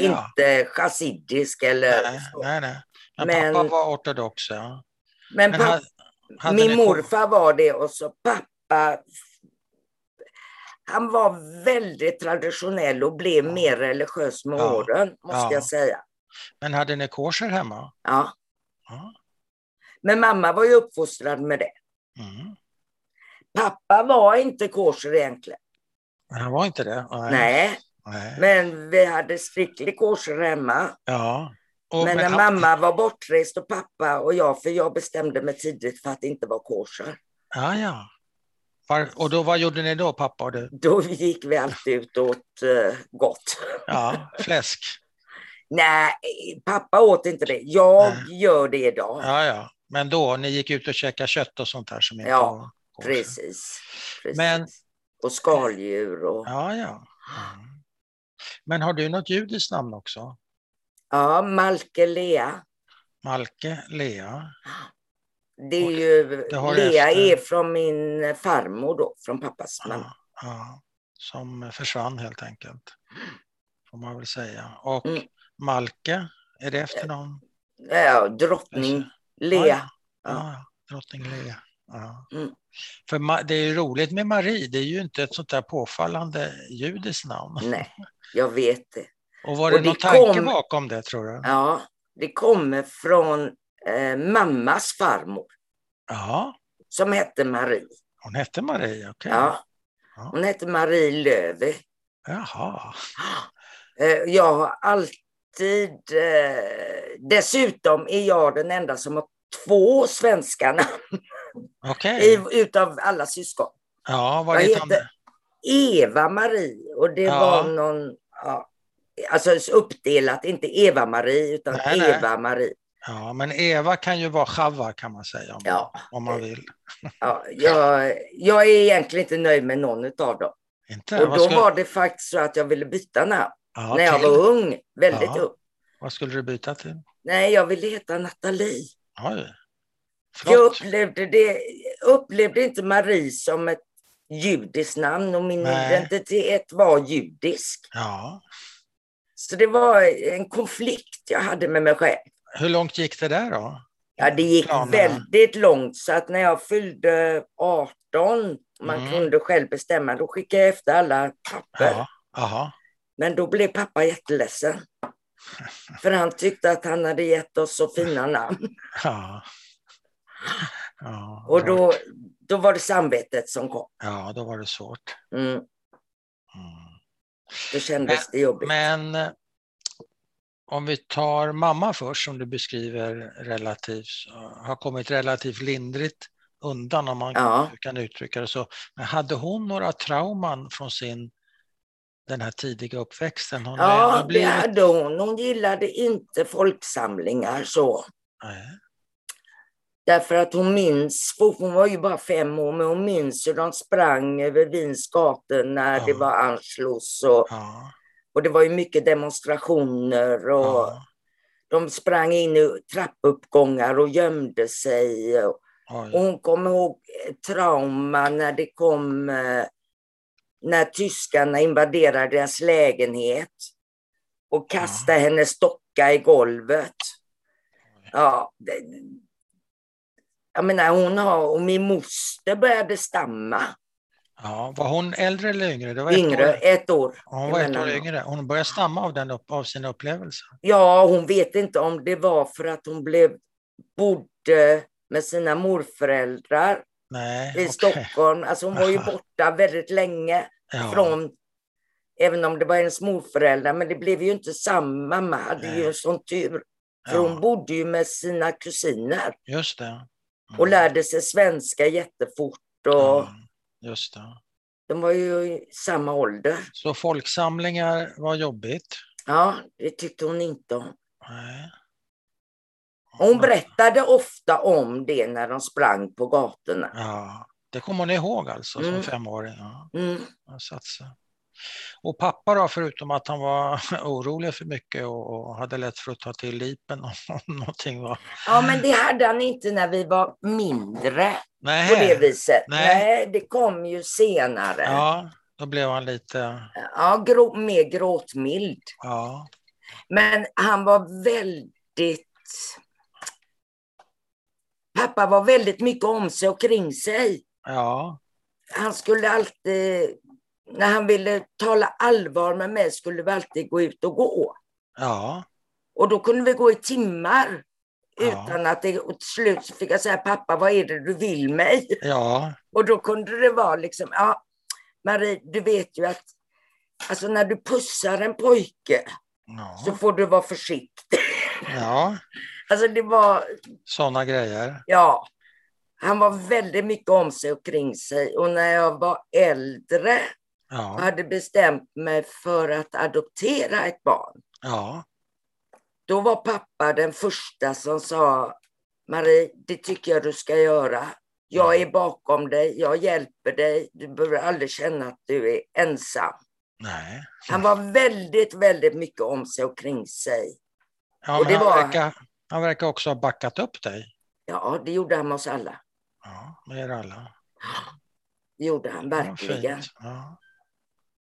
Speaker 1: Ja, ja.
Speaker 2: inte chassidisk eller
Speaker 1: Nej,
Speaker 2: så.
Speaker 1: nej, nej. Men,
Speaker 2: Men-
Speaker 1: pappa var ortodox, ja.
Speaker 2: Men,
Speaker 1: Men
Speaker 2: pappa
Speaker 1: ha- hade ni
Speaker 2: Min
Speaker 1: ko-
Speaker 2: morfar var det och så pappa. Han var väldigt traditionell och blev
Speaker 1: Ja.
Speaker 2: mer religiös med
Speaker 1: Ja.
Speaker 2: åren, måste
Speaker 1: Ja.
Speaker 2: jag säga.
Speaker 1: Men hade ni korser hemma?
Speaker 2: Ja.
Speaker 1: Ja.
Speaker 2: Men mamma var ju uppfostrad med det.
Speaker 1: Mm.
Speaker 2: Pappa var inte kosher egentligen.
Speaker 1: Men Han var inte det? Nej.
Speaker 2: Nej,
Speaker 1: nej.
Speaker 2: men vi hade striktlig kosher hemma.
Speaker 1: Ja. Och,
Speaker 2: men när
Speaker 1: han-
Speaker 2: mamma var bortrest och pappa och jag, för jag bestämde mig tidigt för att inte vara kosher.
Speaker 1: Ja, ja. Var, och då, vad gjorde ni då, pappa och du?
Speaker 2: Då gick vi alltid ut och åt eh, gott.
Speaker 1: Ja, fläsk.
Speaker 2: Nej, pappa åt inte det. Jag gör det idag.
Speaker 1: Ja, ja. Men då, ni gick ut och käkade kött och sånt där som inte
Speaker 2: Ja,
Speaker 1: var kosher.
Speaker 2: Precis. precis.
Speaker 1: Men-
Speaker 2: Och skaldjur och... Ja.
Speaker 1: Ja, ja. Mm. Men har du något judiskt namn också?
Speaker 2: Malke Lea.
Speaker 1: Malke, Lea?
Speaker 2: Det är ju...
Speaker 1: det har jag
Speaker 2: Lea
Speaker 1: efter.
Speaker 2: är från min farmor då, från pappas mamma.
Speaker 1: Ja, ja. Som försvann helt enkelt. Får man väl säga. Och
Speaker 2: Mm. Eh,
Speaker 1: Malke, är det efternamn?
Speaker 2: Ja, drottning Lea.
Speaker 1: Ja, ja. Drottning Lea. Ja.
Speaker 2: Mm.
Speaker 1: För Ma- det är ju roligt med Marie, det är ju inte ett sånt där påfallande judiskt namn.
Speaker 2: Nej, jag vet det.
Speaker 1: Och var det,
Speaker 2: Mm. Och det
Speaker 1: någon tanke
Speaker 2: kom-
Speaker 1: bakom det tror du?
Speaker 2: Ja, det kommer från eh, mammas farmor
Speaker 1: Ja,
Speaker 2: som hette Marie.
Speaker 1: hon hette Marie, okej.
Speaker 2: Ja.
Speaker 1: Ja.
Speaker 2: Hon hette Marie Lööf.
Speaker 1: Jaha.
Speaker 2: Eh, Jag har alltid... Eh, dessutom är jag den enda som har två svenska namn
Speaker 1: Okej.
Speaker 2: i, utav alla syskon.
Speaker 1: Ja, var
Speaker 2: Vad
Speaker 1: det ett
Speaker 2: heter-
Speaker 1: annat?
Speaker 2: Eva-Marie och det
Speaker 1: Ja.
Speaker 2: var någon... Ja, alltså uppdelat, inte Eva-Marie utan
Speaker 1: Nej, nej.
Speaker 2: Eva-Marie.
Speaker 1: Ja, men Eva kan ju vara Chava kan man säga om,
Speaker 2: Ja,
Speaker 1: om man vill.
Speaker 2: ja, jag, jag är egentligen inte nöjd med någon av dem.
Speaker 1: Inte?
Speaker 2: Och
Speaker 1: Vad
Speaker 2: då
Speaker 1: skulle-
Speaker 2: var det faktiskt så att jag ville byta namn
Speaker 1: ja,
Speaker 2: när jag
Speaker 1: till.
Speaker 2: var ung, väldigt
Speaker 1: Ja.
Speaker 2: ung.
Speaker 1: Vad skulle du byta till?
Speaker 2: Nej, jag ville heta Nathalie.
Speaker 1: Oj.
Speaker 2: Jag
Speaker 1: Flott.
Speaker 2: upplevde, det, upplevde inte Marie som ett judiskt namn och min
Speaker 1: Nej.
Speaker 2: identitet var judisk.
Speaker 1: Ja.
Speaker 2: Så det var en konflikt jag hade med mig själv.
Speaker 1: Hur långt gick det där då?
Speaker 2: Ja, det gick
Speaker 1: Planerna.
Speaker 2: väldigt långt så att när jag fyllde 18, man
Speaker 1: Mm.
Speaker 2: kunde själv bestämma, då skickade jag efter alla papper.
Speaker 1: Ja. Aha.
Speaker 2: Men då blev pappa jätteledsen. För han tyckte att han hade gett oss så fina namn.
Speaker 1: Ja. Ja,
Speaker 2: Och då,
Speaker 1: klart.
Speaker 2: då var det samvetet som kom.
Speaker 1: ja, då var det svårt.
Speaker 2: Mm,
Speaker 1: Mm.
Speaker 2: då kändes det jobbigt.
Speaker 1: Men eh, om vi tar mamma först som du beskriver relativt, så har kommit relativt lindrigt undan om man
Speaker 2: Ja.
Speaker 1: kan uttrycka det så. Men hade hon några trauman från sin den här tidiga uppväxten? Hon har
Speaker 2: Ja,
Speaker 1: ändå
Speaker 2: det
Speaker 1: blivit...
Speaker 2: hade hon. Hon gillade inte folksamlingar så.
Speaker 1: Nej.
Speaker 2: Därför att hon minns, hon var ju bara fem år, men hon minns hur de sprang över Wiens gator när
Speaker 1: Ja.
Speaker 2: det var Anschluss och,
Speaker 1: Ja,
Speaker 2: och det var ju mycket demonstrationer och
Speaker 1: ja.
Speaker 2: de sprang in i trappuppgångar och gömde sig. Och
Speaker 1: Oj.
Speaker 2: hon kom ihåg eh, trauma när det kom, eh, när tyskarna invaderade deras lägenhet och kastade hennes docka i golvet. Ja, det, jag menar hon har, och min moster började stamma
Speaker 1: Ja, var hon äldre eller yngre? Det var ett
Speaker 2: yngre,
Speaker 1: år.
Speaker 2: ett år.
Speaker 1: Hon var ett
Speaker 2: emellan
Speaker 1: år
Speaker 2: dem.
Speaker 1: yngre. Hon började stamma av, den, upp- av sina upplevelser.
Speaker 2: Ja, hon vet inte om det var för att hon blev, bodde med sina morföräldrar
Speaker 1: Nej,
Speaker 2: i
Speaker 1: okej.
Speaker 2: Stockholm. Alltså hon var ju
Speaker 1: Aha.
Speaker 2: borta väldigt länge
Speaker 1: Ja.
Speaker 2: från, även om det var hennes morföräldrar, men det blev ju inte samma. Mamma hade
Speaker 1: Nej.
Speaker 2: ju en sån tur. För
Speaker 1: Ja.
Speaker 2: hon bodde ju med sina kusiner
Speaker 1: Just det. Mm.
Speaker 2: och lärde sig svenska jättefort. Och
Speaker 1: Mm, Just det.
Speaker 2: De var ju i samma ålder.
Speaker 1: Så folksamlingar var jobbigt.
Speaker 2: Ja, det tyckte hon inte om.
Speaker 1: Nej.
Speaker 2: Och Hon berättade ofta om det när de sprang på gatorna.
Speaker 1: Ja, det kommer hon ihåg alltså som
Speaker 2: Mm.
Speaker 1: femåring. Ja,
Speaker 2: Mm.
Speaker 1: jag satsar. Och pappa då, förutom att han var orolig för mycket och, och hade lätt för att ta till lipen om någonting var...
Speaker 2: Ja, men det hade han inte när vi var mindre
Speaker 1: Nej.
Speaker 2: på det viset.
Speaker 1: Nej.
Speaker 2: Nej, det kom ju senare. Ja,
Speaker 1: Ja, då blev han lite...
Speaker 2: grå, mer gråtmild.
Speaker 1: Ja,
Speaker 2: Men han var väldigt... Pappa var väldigt mycket om sig och kring sig.
Speaker 1: ja,
Speaker 2: Han skulle alltid... När han ville tala allvar med mig skulle vi alltid gå ut och gå.
Speaker 1: ja,
Speaker 2: Och då kunde vi gå i timmar.
Speaker 1: Ja.
Speaker 2: Utan att det, och till slut så fick jag säga, pappa vad är det du vill mig?
Speaker 1: ja,
Speaker 2: Och då kunde det vara liksom, ja, Marie, du vet ju att alltså när du pussar en pojke så
Speaker 1: ja,
Speaker 2: får du vara försiktig.
Speaker 1: ja,
Speaker 2: Alltså det var,
Speaker 1: sådana grejer.
Speaker 2: ja, han var väldigt mycket om sig och kring sig. Och när jag var äldre och
Speaker 1: Ja,
Speaker 2: hade bestämt mig för att adoptera ett barn,
Speaker 1: ja,
Speaker 2: då var pappa den första som sa, Marie, det tycker jag du ska göra. Jag är bakom dig, jag hjälper dig, du behöver aldrig känna att du är ensam.
Speaker 1: nej.
Speaker 2: Han var väldigt, väldigt mycket om sig och kring sig.
Speaker 1: Ja,
Speaker 2: Och
Speaker 1: men
Speaker 2: det
Speaker 1: han,
Speaker 2: var-
Speaker 1: verkar, han verkar också ha backat upp dig.
Speaker 2: Ja, det gjorde han med oss alla.
Speaker 1: Ja, med er alla.
Speaker 2: Det gjorde han
Speaker 1: Ja,
Speaker 2: verkligen.
Speaker 1: fint. Ja.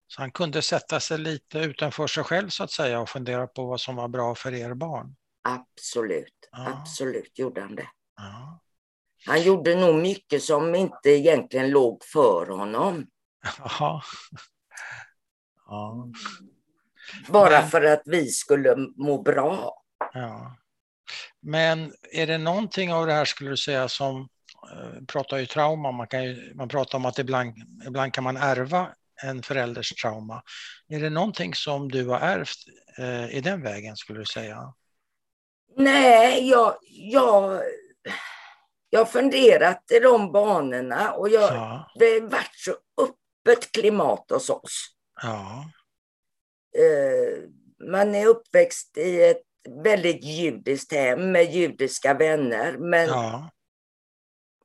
Speaker 1: Så han kunde sätta sig lite utanför sig själv så att säga och fundera på vad som var bra för er barn.
Speaker 2: Absolut,
Speaker 1: Ja.
Speaker 2: absolut gjorde han det.
Speaker 1: Ja,
Speaker 2: Han gjorde nog mycket som inte egentligen låg för honom.
Speaker 1: ja. ja.
Speaker 2: Bara
Speaker 1: Men-
Speaker 2: för att vi skulle må bra.
Speaker 1: Ja. Men är det någonting av det här skulle du säga som, eh, vi pratar ju trauma, man, kan ju, man pratar om att ibland, ibland kan man ärva en förälders trauma. Är det någonting som du har ärvt eh, i den vägen skulle du säga?
Speaker 2: Nej, jag, jag, jag har funderat i de banorna och jag,
Speaker 1: Ja,
Speaker 2: det har varit så öppet klimat hos oss.
Speaker 1: ja,
Speaker 2: Eh, man är uppväxt i ett väldigt judiskt hem med judiska vänner. Men,
Speaker 1: Ja,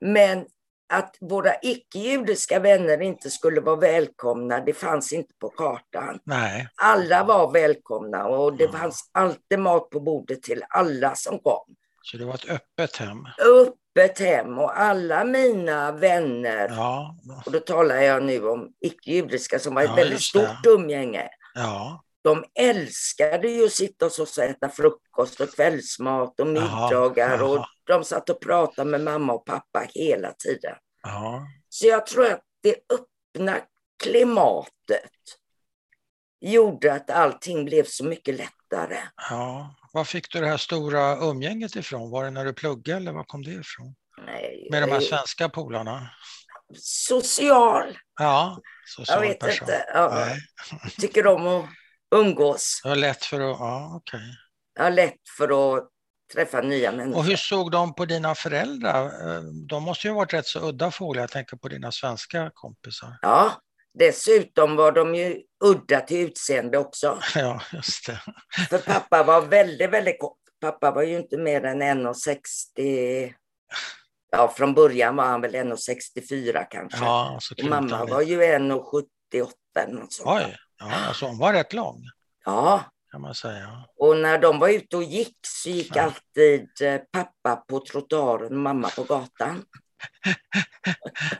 Speaker 2: men att våra icke-judiska vänner inte skulle vara välkomna, det fanns inte på kartan.
Speaker 1: nej,
Speaker 2: Alla var välkomna och det
Speaker 1: Ja.
Speaker 2: fanns alltid mat på bordet till alla som kom.
Speaker 1: så det var ett öppet hem.
Speaker 2: Öppet hem och alla mina vänner,
Speaker 1: Ja,
Speaker 2: och då talar jag nu om icke-judiska som var ett
Speaker 1: Ja,
Speaker 2: väldigt
Speaker 1: just det.
Speaker 2: stort umgänge.
Speaker 1: ja,
Speaker 2: de älskade ju att sitta hos oss och äta frukost och kvällsmat och
Speaker 1: Jaha,
Speaker 2: middagar. Och
Speaker 1: jaha.
Speaker 2: de satt och pratade med mamma och pappa hela tiden.
Speaker 1: ja,
Speaker 2: Så jag tror att det öppna klimatet gjorde att allting blev så mycket lättare.
Speaker 1: ja. Var fick du det här stora umgänget ifrån? Var det när du pluggade eller var kom det ifrån?
Speaker 2: Nej,
Speaker 1: Med de här
Speaker 2: eh,
Speaker 1: svenska polarna?
Speaker 2: Social,
Speaker 1: Ja, social
Speaker 2: jag vet
Speaker 1: person.
Speaker 2: inte. Ja,
Speaker 1: Nej,
Speaker 2: tycker om att umgås.
Speaker 1: det var lätt för att, ja okej.
Speaker 2: Jag har lätt för att träffa nya
Speaker 1: Och
Speaker 2: människor.
Speaker 1: hur såg de på dina föräldrar? Eh, De måste ju ha varit rätt så udda fåglar. Jag tänker på dina svenska kompisar.
Speaker 2: Ja, dessutom var de ju udda till utseende också.
Speaker 1: Ja, just det.
Speaker 2: För pappa var väldigt, väldigt kort. Pappa var ju inte mer än 1,60. Ja, från början var han väl 1,64 kanske.
Speaker 1: Ja, så
Speaker 2: och mamma
Speaker 1: krympte de
Speaker 2: var
Speaker 1: lite.
Speaker 2: ju 1,78 eller något sånt.
Speaker 1: Oj, ja, alltså hon var rätt lång
Speaker 2: Ja,
Speaker 1: kan man säga.
Speaker 2: och när de var ute och gick så gick
Speaker 1: Ja.
Speaker 2: alltid eh, pappa på trottoaren och mamma på gatan.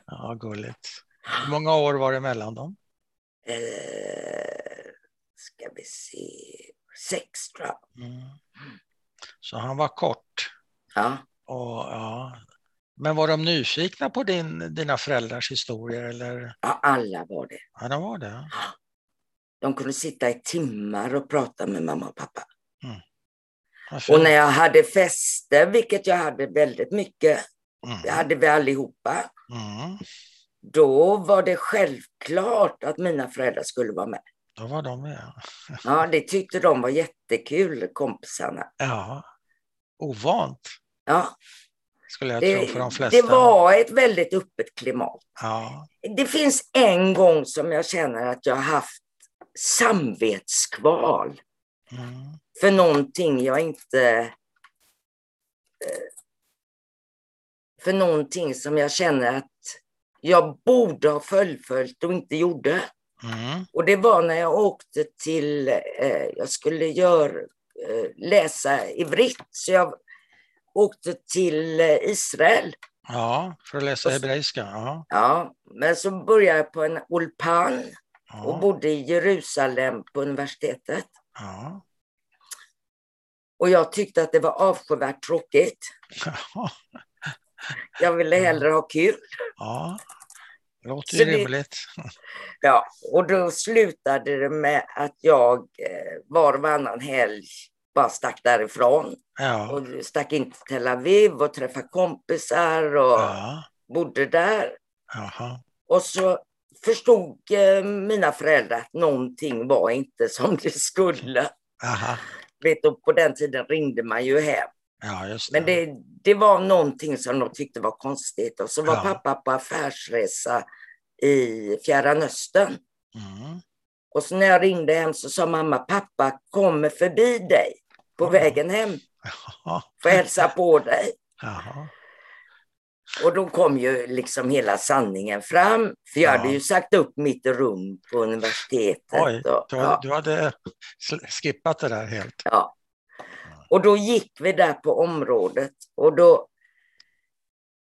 Speaker 1: Ja, gulligt. Hur många år var det mellan dem?
Speaker 2: Eh, ska vi se. Sex tror jag.
Speaker 1: Mm. Så han var kort.
Speaker 2: Ja.
Speaker 1: Och, ja. Men var de nyfikna på din, dina föräldrars historier? Eller?
Speaker 2: ja, alla var det.
Speaker 1: Ja, de var det.
Speaker 2: De kunde sitta i timmar och prata med mamma och pappa.
Speaker 1: Vad
Speaker 2: Och
Speaker 1: fint.
Speaker 2: när jag hade fester, vilket jag hade väldigt mycket, det
Speaker 1: Mm.
Speaker 2: hade vi allihopa,
Speaker 1: Mm.
Speaker 2: då var det självklart att mina föräldrar skulle vara med.
Speaker 1: Då var de med.
Speaker 2: Ja, det tyckte de var jättekul, kompisarna.
Speaker 1: Ja. Ovant
Speaker 2: Ja,
Speaker 1: skulle jag tro
Speaker 2: det,
Speaker 1: för de flesta.
Speaker 2: det var ett väldigt öppet klimat.
Speaker 1: Ja,
Speaker 2: Det finns en gång som jag känner att jag har haft samvetskval
Speaker 1: mm.
Speaker 2: för någonting jag inte... eh, För någonting som jag känner att jag borde ha fullföljt och inte gjorde.
Speaker 1: Mm.
Speaker 2: Och det var när jag åkte till, eh, jag skulle gör, eh, läsa ivrit, så jag åkte till eh, Israel.
Speaker 1: ja för att läsa
Speaker 2: Och s-
Speaker 1: hebreiska. Ja.
Speaker 2: Ja, men så började jag på en Ulpan och
Speaker 1: Ja.
Speaker 2: bodde i Jerusalem på universitetet.
Speaker 1: Ja.
Speaker 2: Och jag tyckte att det var avskyvärt tråkigt.
Speaker 1: Ja.
Speaker 2: Jag ville hellre ha kul.
Speaker 1: ja, låter
Speaker 2: Så
Speaker 1: ju
Speaker 2: det-
Speaker 1: rimligt.
Speaker 2: Ja, och då slutade det med att jag eh, var och varannan helg bara stack därifrån.
Speaker 1: Ja.
Speaker 2: Och stack in till Tel Aviv och träffade kompisar och
Speaker 1: Ja.
Speaker 2: bodde där.
Speaker 1: Jaha.
Speaker 2: Och så förstod eh, mina föräldrar att någonting var inte som det skulle.
Speaker 1: Aha.
Speaker 2: Vet du, på den tiden ringde man ju hem.
Speaker 1: Ja, just
Speaker 2: Men
Speaker 1: det.
Speaker 2: det, det var någonting som de tyckte var konstigt. Och så var
Speaker 1: Ja.
Speaker 2: pappa på affärsresa i Fjärran Östern.
Speaker 1: Mm.
Speaker 2: Och så när jag ringde hem så sa mamma, pappa kommer förbi dig på
Speaker 1: Oj.
Speaker 2: vägen hem
Speaker 1: Jaha.
Speaker 2: för att hälsa på dig.
Speaker 1: Jaha.
Speaker 2: Och då kom ju liksom hela sanningen fram. För jag
Speaker 1: Ja.
Speaker 2: hade ju sagt upp mitt rum på universitetet.
Speaker 1: Oj,
Speaker 2: och,
Speaker 1: Du
Speaker 2: ja,
Speaker 1: hade, du hade sl- skippat det där helt.
Speaker 2: ja. och då gick vi där på området och då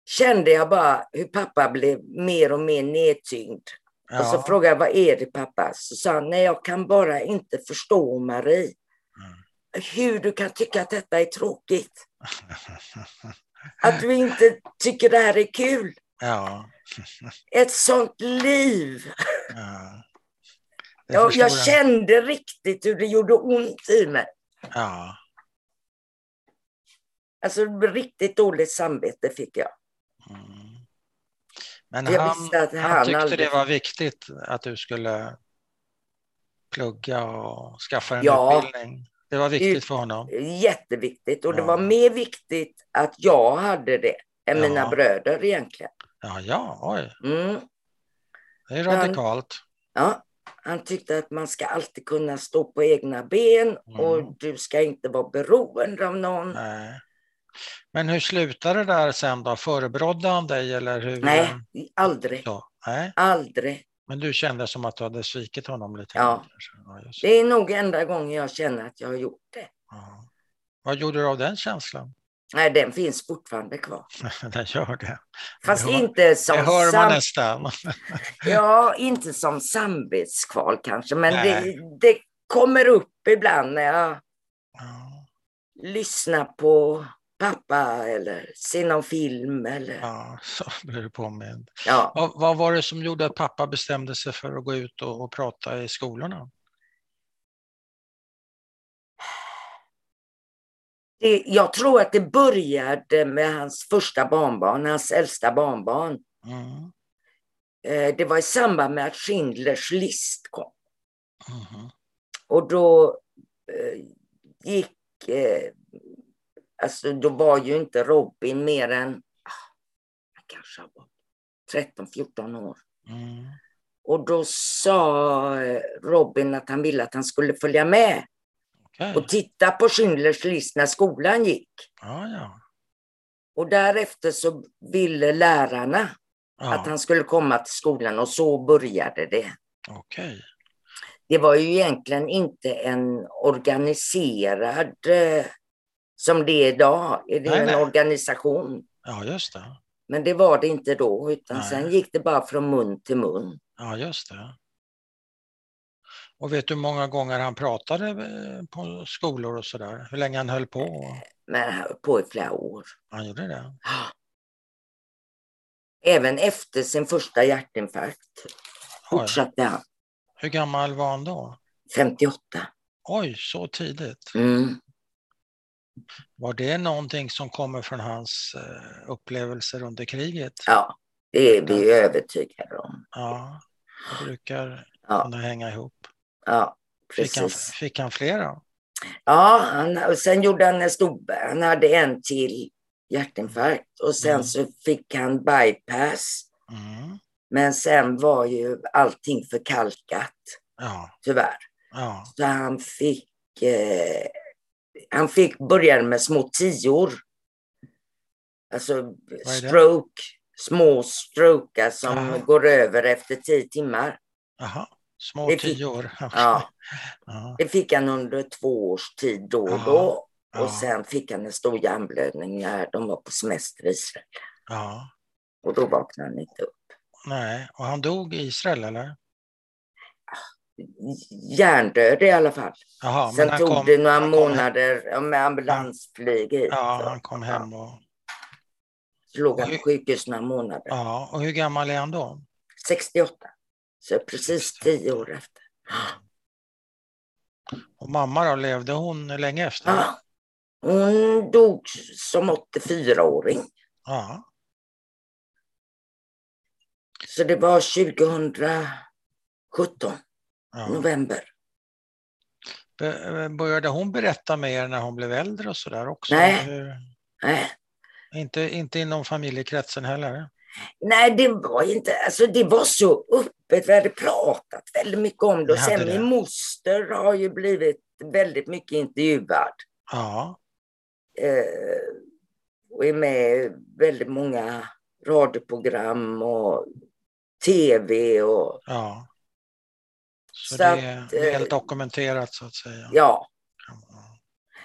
Speaker 2: kände jag bara hur pappa blev mer och mer nedtyngd. Och så
Speaker 1: Ja.
Speaker 2: frågade jag, vad är det pappa? Så sa han, nej jag kan bara inte förstå
Speaker 1: Mm.
Speaker 2: Marie. Hur du kan tycka att detta är tråkigt. Att du inte tycker det här är kul.
Speaker 1: ja.
Speaker 2: Ett sånt liv.
Speaker 1: ja. Det
Speaker 2: Jag,
Speaker 1: förstår
Speaker 2: jag kände riktigt hur det gjorde ont i mig.
Speaker 1: Ja.
Speaker 2: Alltså riktigt dåligt samvete fick jag.
Speaker 1: Mm. Men
Speaker 2: Jag
Speaker 1: han,
Speaker 2: visste att han
Speaker 1: han tyckte
Speaker 2: aldrig-
Speaker 1: det var viktigt att du skulle plugga och skaffa en
Speaker 2: Ja.
Speaker 1: utbildning. Det var viktigt för honom.
Speaker 2: Jätteviktigt. Och det
Speaker 1: Ja.
Speaker 2: var mer viktigt att jag hade det än
Speaker 1: Ja.
Speaker 2: mina bröder egentligen.
Speaker 1: Ja, ja, oj,
Speaker 2: Mm,
Speaker 1: det är
Speaker 2: Han-
Speaker 1: radikalt.
Speaker 2: ja. Han tyckte att man ska alltid kunna stå på egna ben och du ska inte vara beroende av någon.
Speaker 1: Mm. Nej. Men hur slutade det där sen då? Förebrådde han dig eller hur?
Speaker 2: Nej, aldrig.
Speaker 1: Ja, nej.
Speaker 2: Aldrig.
Speaker 1: Men du kände som att du hade svikit honom lite?
Speaker 2: Ja.
Speaker 1: grann kanske? ja just. det.
Speaker 2: Det är nog enda gången jag känner att jag har gjort det.
Speaker 1: Ja. Vad gjorde du av den känslan?
Speaker 2: Nej, den finns fortfarande kvar.
Speaker 1: Den gör det.
Speaker 2: Fast
Speaker 1: Det hör-
Speaker 2: inte som
Speaker 1: Det hör man
Speaker 2: sam-
Speaker 1: nästan.
Speaker 2: Ja, inte som samvetskval kanske, men det,
Speaker 1: Nej.
Speaker 2: det kommer upp ibland när jag
Speaker 1: Ja,
Speaker 2: lyssnar på pappa eller ser någon film eller ja.
Speaker 1: ja, så blir du påmind. Vad, vad var det som gjorde att pappa bestämde sig för att gå ut och, och prata i skolorna?
Speaker 2: Det, jag tror att det började med hans första barnbarn, hans äldsta barnbarn.
Speaker 1: Mm.
Speaker 2: Eh, Det var i samband med att Schindlers list kom.
Speaker 1: Mhm.
Speaker 2: Och då eh, gick, eh, alltså då var ju inte Robin mer än, ah, han kanske var 13-14 år.
Speaker 1: Mm.
Speaker 2: Och då sa eh, Robin att han ville att han skulle följa med
Speaker 1: Okej.
Speaker 2: och titta på Schindlers list när skolan gick.
Speaker 1: Ja, ja.
Speaker 2: Och därefter så ville lärarna att
Speaker 1: ja.
Speaker 2: han skulle komma till skolan och så började det.
Speaker 1: Okej.
Speaker 2: det var ju egentligen inte en organiserad eh, som det är idag. Är det
Speaker 1: Nej,
Speaker 2: en
Speaker 1: nej.
Speaker 2: organisation?
Speaker 1: Ja, just det.
Speaker 2: Men det var det inte då, utan
Speaker 1: Nej.
Speaker 2: sen gick det bara från mun till mun.
Speaker 1: Ja, just det. Och vet du hur många gånger han pratade eh, på skolor och sådär? Hur länge han höll
Speaker 2: Eh.
Speaker 1: på?
Speaker 2: Men han höll på i flera år.
Speaker 1: Han gjorde det?
Speaker 2: Ah. Även efter sin första hjärtinfarkt
Speaker 1: Oj.
Speaker 2: fortsatte han.
Speaker 1: Hur gammal var han då?
Speaker 2: 58.
Speaker 1: Oj, så tidigt.
Speaker 2: Mm.
Speaker 1: Var det någonting som kommer från hans eh, upplevelser under kriget?
Speaker 2: Ja, det är vi övertygade om.
Speaker 1: Ja, det brukar
Speaker 2: Ja.
Speaker 1: kunna hänga ihop.
Speaker 2: Ja,
Speaker 1: Fick han,
Speaker 2: precis.
Speaker 1: fick han flera?
Speaker 2: Ja, han, och sen gjorde han en stor, han hade en till hjärtinfarkt och sen
Speaker 1: Mm.
Speaker 2: så fick han bypass.
Speaker 1: Mm.
Speaker 2: Men sen var ju allting förkalkat,
Speaker 1: Ja,
Speaker 2: tyvärr.
Speaker 1: ja,
Speaker 2: Så han fick, eh, han fick börja med små tior. Alltså
Speaker 1: det?
Speaker 2: stroke, små strokar som
Speaker 1: Aha.
Speaker 2: går över efter tio timmar.
Speaker 1: aha. Små
Speaker 2: Det fick-
Speaker 1: tio år.
Speaker 2: Ja,
Speaker 1: Ja,
Speaker 2: det fick han under två års tid då och
Speaker 1: Ja.
Speaker 2: då.
Speaker 1: Ja.
Speaker 2: Och sen fick han en stor hjärnblödning när de var på semester i Israel.
Speaker 1: ja.
Speaker 2: Och då vaknade han inte upp.
Speaker 1: Nej, och han dog i Israel eller?
Speaker 2: Hjärndöd i alla fall.
Speaker 1: Jaha, men
Speaker 2: Sen
Speaker 1: han
Speaker 2: tog
Speaker 1: kom,
Speaker 2: det några
Speaker 1: han kom hem.
Speaker 2: månader ja, med ambulansflyg hit.
Speaker 1: Ja,
Speaker 2: Så
Speaker 1: han kom hem och...
Speaker 2: låg han
Speaker 1: Och
Speaker 2: på
Speaker 1: hur-
Speaker 2: sjukhus några månader.
Speaker 1: Ja, och hur gammal är han då?
Speaker 2: 68. Så precis
Speaker 1: 68.
Speaker 2: tio år efter.
Speaker 1: Och mamma då, levde hon länge efter?
Speaker 2: Ja. Hon dog som 84-åring.
Speaker 1: Ja,
Speaker 2: Så det var 2017, Mm.
Speaker 1: ja.
Speaker 2: november.
Speaker 1: Be- Eh, Började hon berätta med er när hon blev äldre och sådär också?
Speaker 2: Nej.
Speaker 1: eller hur?
Speaker 2: Nej.
Speaker 1: Inte, inte inom familjekretsen heller?
Speaker 2: Nej, det var inte, alltså det var så öppet. Vi hade pratat väldigt mycket om det. Och
Speaker 1: Ni hade
Speaker 2: sen
Speaker 1: det.
Speaker 2: min moster har ju blivit väldigt mycket intervjuad.
Speaker 1: Ja,
Speaker 2: eh, och är med i väldigt många radioprogram och tv och
Speaker 1: ja. Så, det
Speaker 2: Så
Speaker 1: är
Speaker 2: att,
Speaker 1: väl
Speaker 2: eh,
Speaker 1: dokumenterat så att säga?
Speaker 2: ja. Mm.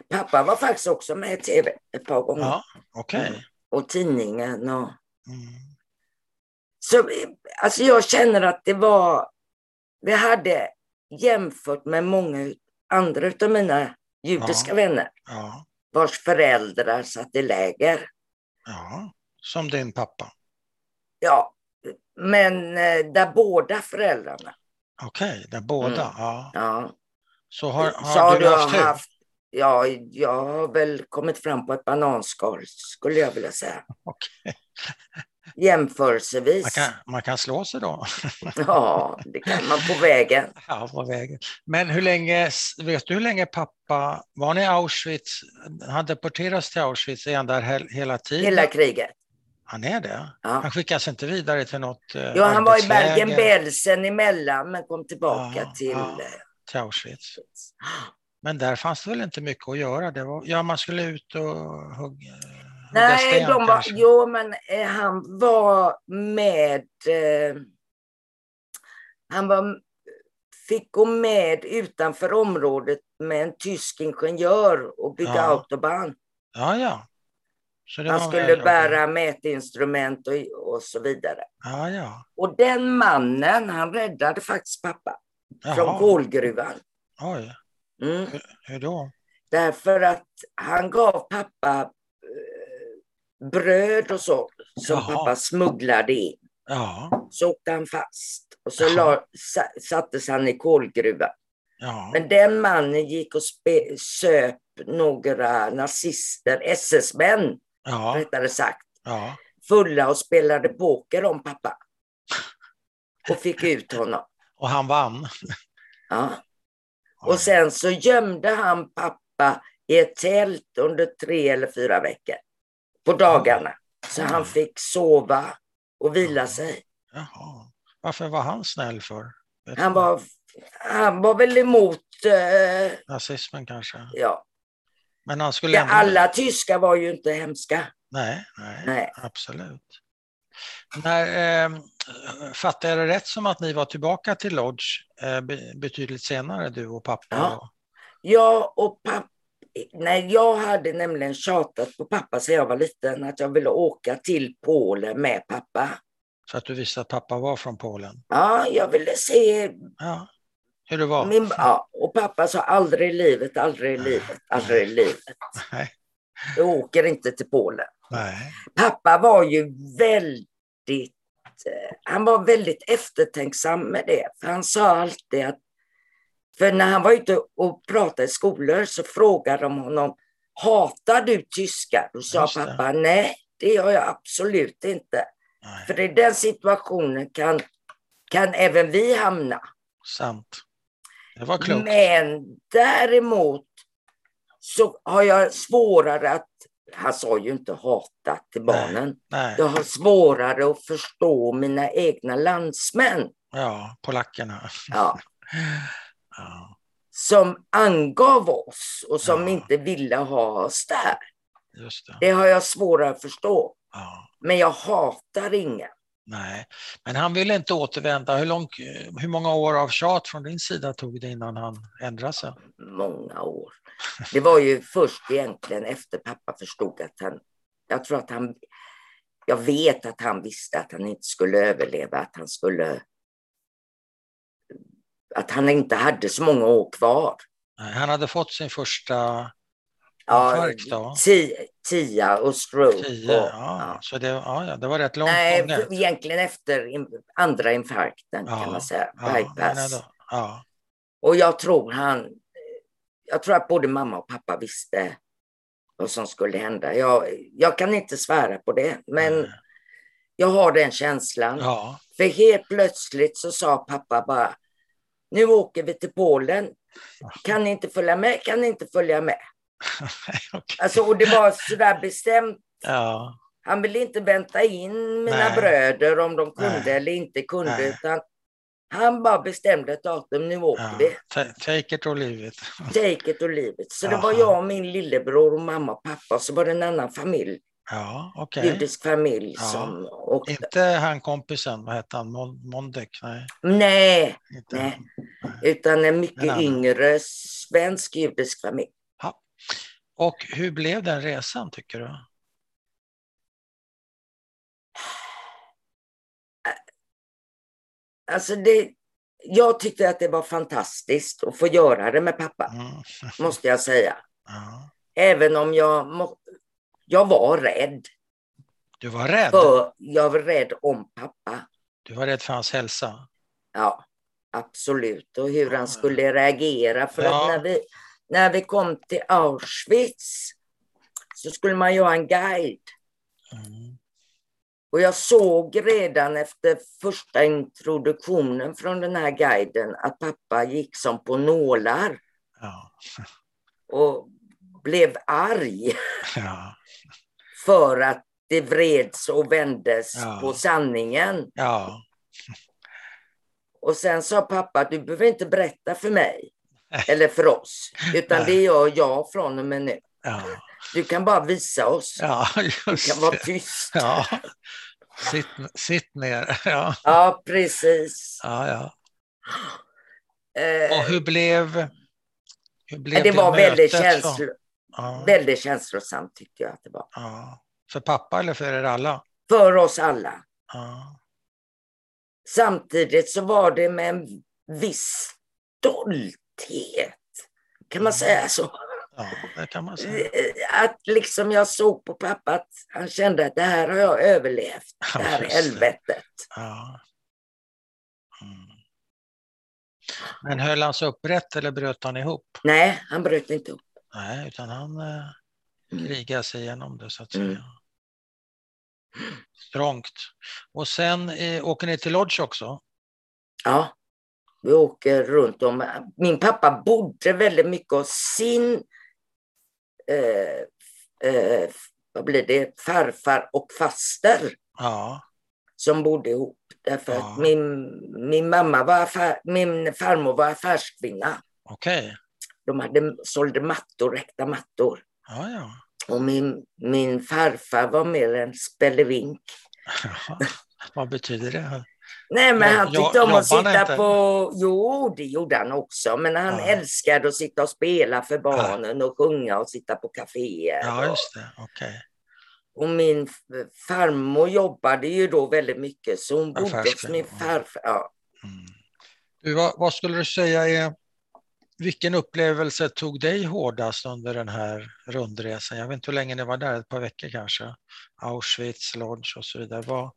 Speaker 1: Ja.
Speaker 2: Pappa var faktiskt också med i tv ett par gånger
Speaker 1: Ja, okej.
Speaker 2: och tidningen och
Speaker 1: Mm.
Speaker 2: så eh, alltså jag känner att det var vi hade jämfört med många andra utav mina judiska
Speaker 1: Ja.
Speaker 2: vänner
Speaker 1: Ja,
Speaker 2: vars föräldrar satt i läger.
Speaker 1: ja. Som din pappa?
Speaker 2: Ja, men eh, där båda föräldrarna.
Speaker 1: Okej, där båda.
Speaker 2: Mm.
Speaker 1: Ja.
Speaker 2: Ja.
Speaker 1: Så har,
Speaker 2: Så
Speaker 1: har du, haft tur?
Speaker 2: Ja, jag har väl kommit fram på ett bananskal skulle jag vilja säga.
Speaker 1: Okej.
Speaker 2: Jämförelsevis.
Speaker 1: Man, kan, man kan slå sig då?
Speaker 2: Ja, det kan man på vägen.
Speaker 1: Ja, på vägen. Men hur länge, vet du hur länge pappa, var han i Auschwitz, han deporteras till Auschwitz, är han där he- hela tiden?
Speaker 2: Hela kriget.
Speaker 1: Han är det?
Speaker 2: Ja.
Speaker 1: Han skickas inte vidare till något eh,
Speaker 2: Jo, han var i
Speaker 1: arbetsläger
Speaker 2: Bergen-Belsen emellan men kom tillbaka
Speaker 1: Ja,
Speaker 2: till...
Speaker 1: ja.
Speaker 2: eh,
Speaker 1: till Auschwitz. Men där fanns det väl inte mycket att göra? Det var, ja, man skulle ut och hugga, hugga
Speaker 2: Nej,
Speaker 1: sten
Speaker 2: de var,
Speaker 1: kanske.
Speaker 2: jo, men eh, han var med... Eh, han var, fick gå med utanför området med en tysk ingenjör och bygga
Speaker 1: Ja.
Speaker 2: autobahn.
Speaker 1: Ja, ja. Så det
Speaker 2: Han
Speaker 1: var-
Speaker 2: skulle bära mätinstrument och, och så vidare.
Speaker 1: Ja, ja.
Speaker 2: Och den mannen, han räddade faktiskt pappa från
Speaker 1: Jaha.
Speaker 2: kolgruvan.
Speaker 1: Oj,
Speaker 2: Mm.
Speaker 1: hur då?
Speaker 2: Därför att han gav pappa eh, bröd och så som
Speaker 1: Jaha.
Speaker 2: pappa smugglade in.
Speaker 1: Ja,
Speaker 2: Så åkte han fast och så
Speaker 1: Jaha.
Speaker 2: la, sa, sattes han i kolgruva.
Speaker 1: ja.
Speaker 2: Men den mannen gick och spe, söp några nazister, SS-män
Speaker 1: ja,
Speaker 2: rättare sagt,
Speaker 1: ja.
Speaker 2: fulla och spelade poker om pappa. Och fick ut honom.
Speaker 1: Och han vann.
Speaker 2: Ja.
Speaker 1: Oj.
Speaker 2: Och sen så gömde han pappa i ett tält under tre eller fyra veckor. På dagarna. Så han fick sova och vila sig.
Speaker 1: Jaha. Varför var han snäll för? Vet
Speaker 2: Han
Speaker 1: du?
Speaker 2: var, han var väl emot, eh,
Speaker 1: Nazismen kanske.
Speaker 2: ja.
Speaker 1: Men han skulle
Speaker 2: ja,
Speaker 1: ändå...
Speaker 2: alla tyskar var ju inte hemska.
Speaker 1: Nej, nej,
Speaker 2: Nej.
Speaker 1: absolut. När, eh, fattar jag det rätt som att ni var tillbaka till Lodge eh, be- betydligt senare, du och pappa?
Speaker 2: Ja.
Speaker 1: och-
Speaker 2: Jag och pappa, nej jag hade nämligen tjatat på pappa sedan jag var liten att jag ville åka till Polen med pappa.
Speaker 1: Så att du visste att pappa var från Polen?
Speaker 2: Ja, jag ville se
Speaker 1: Ja. Hur det var?
Speaker 2: Min, ja, och pappa sa aldrig i livet, aldrig i livet, aldrig i livet.
Speaker 1: Nej.
Speaker 2: Jag åker inte till Polen.
Speaker 1: Nej.
Speaker 2: Pappa var ju väldigt, eh, han var väldigt eftertänksam med det. För han sa alltid att, för när han var ute och pratade i skolor så frågade de honom, hatar du tyskar? Då sa
Speaker 1: Just det.
Speaker 2: pappa, nej det gör jag absolut inte.
Speaker 1: nej.
Speaker 2: För i den situationen kan, kan även vi hamna.
Speaker 1: Sant. Det var klokt.
Speaker 2: Men däremot så har jag svårare att, han sa ju inte hata till barnen,
Speaker 1: Nej.
Speaker 2: jag har svårare att förstå mina egna landsmän
Speaker 1: Ja, polackerna.
Speaker 2: ja,
Speaker 1: Ja.
Speaker 2: som angav oss och som
Speaker 1: Ja.
Speaker 2: inte ville ha oss där.
Speaker 1: Just det.
Speaker 2: Det har jag svårare att förstå.
Speaker 1: Ja.
Speaker 2: Men jag hatar ingen.
Speaker 1: Nej. Men han ville inte återvända. Hur, lång, hur många år av tjat från din sida tog det innan han ändrade sig?
Speaker 2: Många år. Det var ju först egentligen efter pappa förstod att han, jag tror att han, jag vet att han visste att han inte skulle överleva, att han skulle, att han inte hade så många år kvar.
Speaker 1: Nej, han hade fått sin första
Speaker 2: Ja,
Speaker 1: infarkt då?
Speaker 2: ti- tia och stroke.
Speaker 1: Tio.
Speaker 2: och,
Speaker 1: Ja. Så det, ja, ja, det var rätt långt
Speaker 2: Nej,
Speaker 1: gånget.
Speaker 2: för- egentligen efter in- andra infarkten
Speaker 1: Ja,
Speaker 2: kan man säga,
Speaker 1: Ja, men
Speaker 2: bypass.
Speaker 1: ändå. Ja.
Speaker 2: Och jag tror han, jag tror att både mamma och pappa visste vad som skulle hända. Jag, jag kan inte svära på det, men
Speaker 1: Nej.
Speaker 2: jag har den känslan.
Speaker 1: ja.
Speaker 2: För helt plötsligt så sa pappa bara, nu åker vi till Polen. Kan ni inte följa med? Kan ni inte följa med?
Speaker 1: Okej.
Speaker 2: Alltså, och det var sådär bestämt.
Speaker 1: ja.
Speaker 2: Han ville inte vänta in mina
Speaker 1: Nej.
Speaker 2: bröder om de kunde
Speaker 1: Nej.
Speaker 2: eller inte kunde.
Speaker 1: Nej.
Speaker 2: Utan han bara bestämde ett datum, nu åker
Speaker 1: ja.
Speaker 2: vi.
Speaker 1: Ta- Take it or leave it.
Speaker 2: Take it och livet. Så det var
Speaker 1: Aha.
Speaker 2: jag och min lillebror och mamma och pappa. Och så var det en annan familj,
Speaker 1: Ja, okej.
Speaker 2: judisk familj
Speaker 1: Ja.
Speaker 2: som åkte.
Speaker 1: Inte han kompisen, vad hette han? Mon- Mondek? Nej.
Speaker 2: Nej,
Speaker 1: Inte.
Speaker 2: nej. Utan en
Speaker 1: En
Speaker 2: mycket
Speaker 1: annan.
Speaker 2: yngre svensk judisk familj.
Speaker 1: Och hur blev den resan tycker du?
Speaker 2: Alltså det, jag tyckte att det var fantastiskt att få göra det med pappa,
Speaker 1: Mm.
Speaker 2: måste jag säga.
Speaker 1: Ja.
Speaker 2: Även om jag, må, jag var rädd.
Speaker 1: Du var rädd?
Speaker 2: För, jag var rädd om pappa.
Speaker 1: Du var rädd för hans hälsa?
Speaker 2: Ja, absolut. Och hur han skulle reagera. För
Speaker 1: Ja.
Speaker 2: att när vi, när vi kom till Auschwitz så skulle man ju ha en guide.
Speaker 1: Mm.
Speaker 2: Och jag såg redan efter första introduktionen från den här guiden att pappa gick som på nålar
Speaker 1: Ja.
Speaker 2: och blev arg
Speaker 1: ja.
Speaker 2: för att det vreds och vändes
Speaker 1: Ja.
Speaker 2: på sanningen.
Speaker 1: Ja,
Speaker 2: Och sen sa pappa att du behöver inte berätta för mig eller för oss, utan
Speaker 1: Nej.
Speaker 2: det gör jag från och med nu.
Speaker 1: ja,
Speaker 2: Du kan bara visa oss.
Speaker 1: ja
Speaker 2: Du kan
Speaker 1: just
Speaker 2: vara
Speaker 1: det.
Speaker 2: tyst.
Speaker 1: Ja. Sitt, sitt ner. Ja,
Speaker 2: Ja, precis.
Speaker 1: ja, ja.
Speaker 2: Eh,
Speaker 1: Och hur blev, hur blev
Speaker 2: det var väldigt,
Speaker 1: mötet som-
Speaker 2: känslo,
Speaker 1: Ja,
Speaker 2: väldigt känslosamt tyckte jag att det var.
Speaker 1: ja. För pappa eller för er alla?
Speaker 2: För oss alla.
Speaker 1: Ja,
Speaker 2: Samtidigt så var det med en viss stolthet. Kan
Speaker 1: Mm.
Speaker 2: man säga så?
Speaker 1: ja det kan man säga.
Speaker 2: Att liksom jag såg på pappa att han kände att det här har jag överlevt. Det
Speaker 1: Ja,
Speaker 2: här
Speaker 1: just det.
Speaker 2: helvetet.
Speaker 1: Ja. Mm. Men höll han sig upprätt eller bröt han ihop?
Speaker 2: Nej, han bröt inte upp.
Speaker 1: Nej, utan han eh,
Speaker 2: Mm.
Speaker 1: krigade sig igenom det så att
Speaker 2: Mm.
Speaker 1: säga. Strångt. Och sen eh, åker ni till Lodge också?
Speaker 2: Ja, vi åker runt om. Min pappa bodde väldigt mycket hos sin eh, eh, vad blir det? farfar och faster
Speaker 1: Ja,
Speaker 2: som bodde ihop. Därför
Speaker 1: Ja.
Speaker 2: att min, min mamma var affär, min farmor var affärskvinna.
Speaker 1: okej.
Speaker 2: De hade, sålde mattor, räkta mattor.
Speaker 1: Ja, ja.
Speaker 2: Och min, min farfar var mer en spelevink.
Speaker 1: Jaha. Vad betyder det?
Speaker 2: Nej men
Speaker 1: Jo-
Speaker 2: han
Speaker 1: jo-
Speaker 2: tyckte om att
Speaker 1: jobbade
Speaker 2: sitta
Speaker 1: inte?
Speaker 2: på, jo det gjorde han också, men han
Speaker 1: Ja.
Speaker 2: älskade att sitta och spela för barnen och sjunga och sitta på kaféer.
Speaker 1: Ja, just det. Okej.
Speaker 2: Och min f- farmor jobbade ju då väldigt mycket så hon bodde hos
Speaker 1: Affärskvinna,
Speaker 2: min
Speaker 1: ja.
Speaker 2: farfar. Ja.
Speaker 1: Mm. Du, vad, vad skulle du säga är vilken upplevelse tog dig hårdast under den här rundresan? Jag vet inte hur länge ni var där, ett par veckor kanske. Auschwitz, Lodz och så vidare. Vad,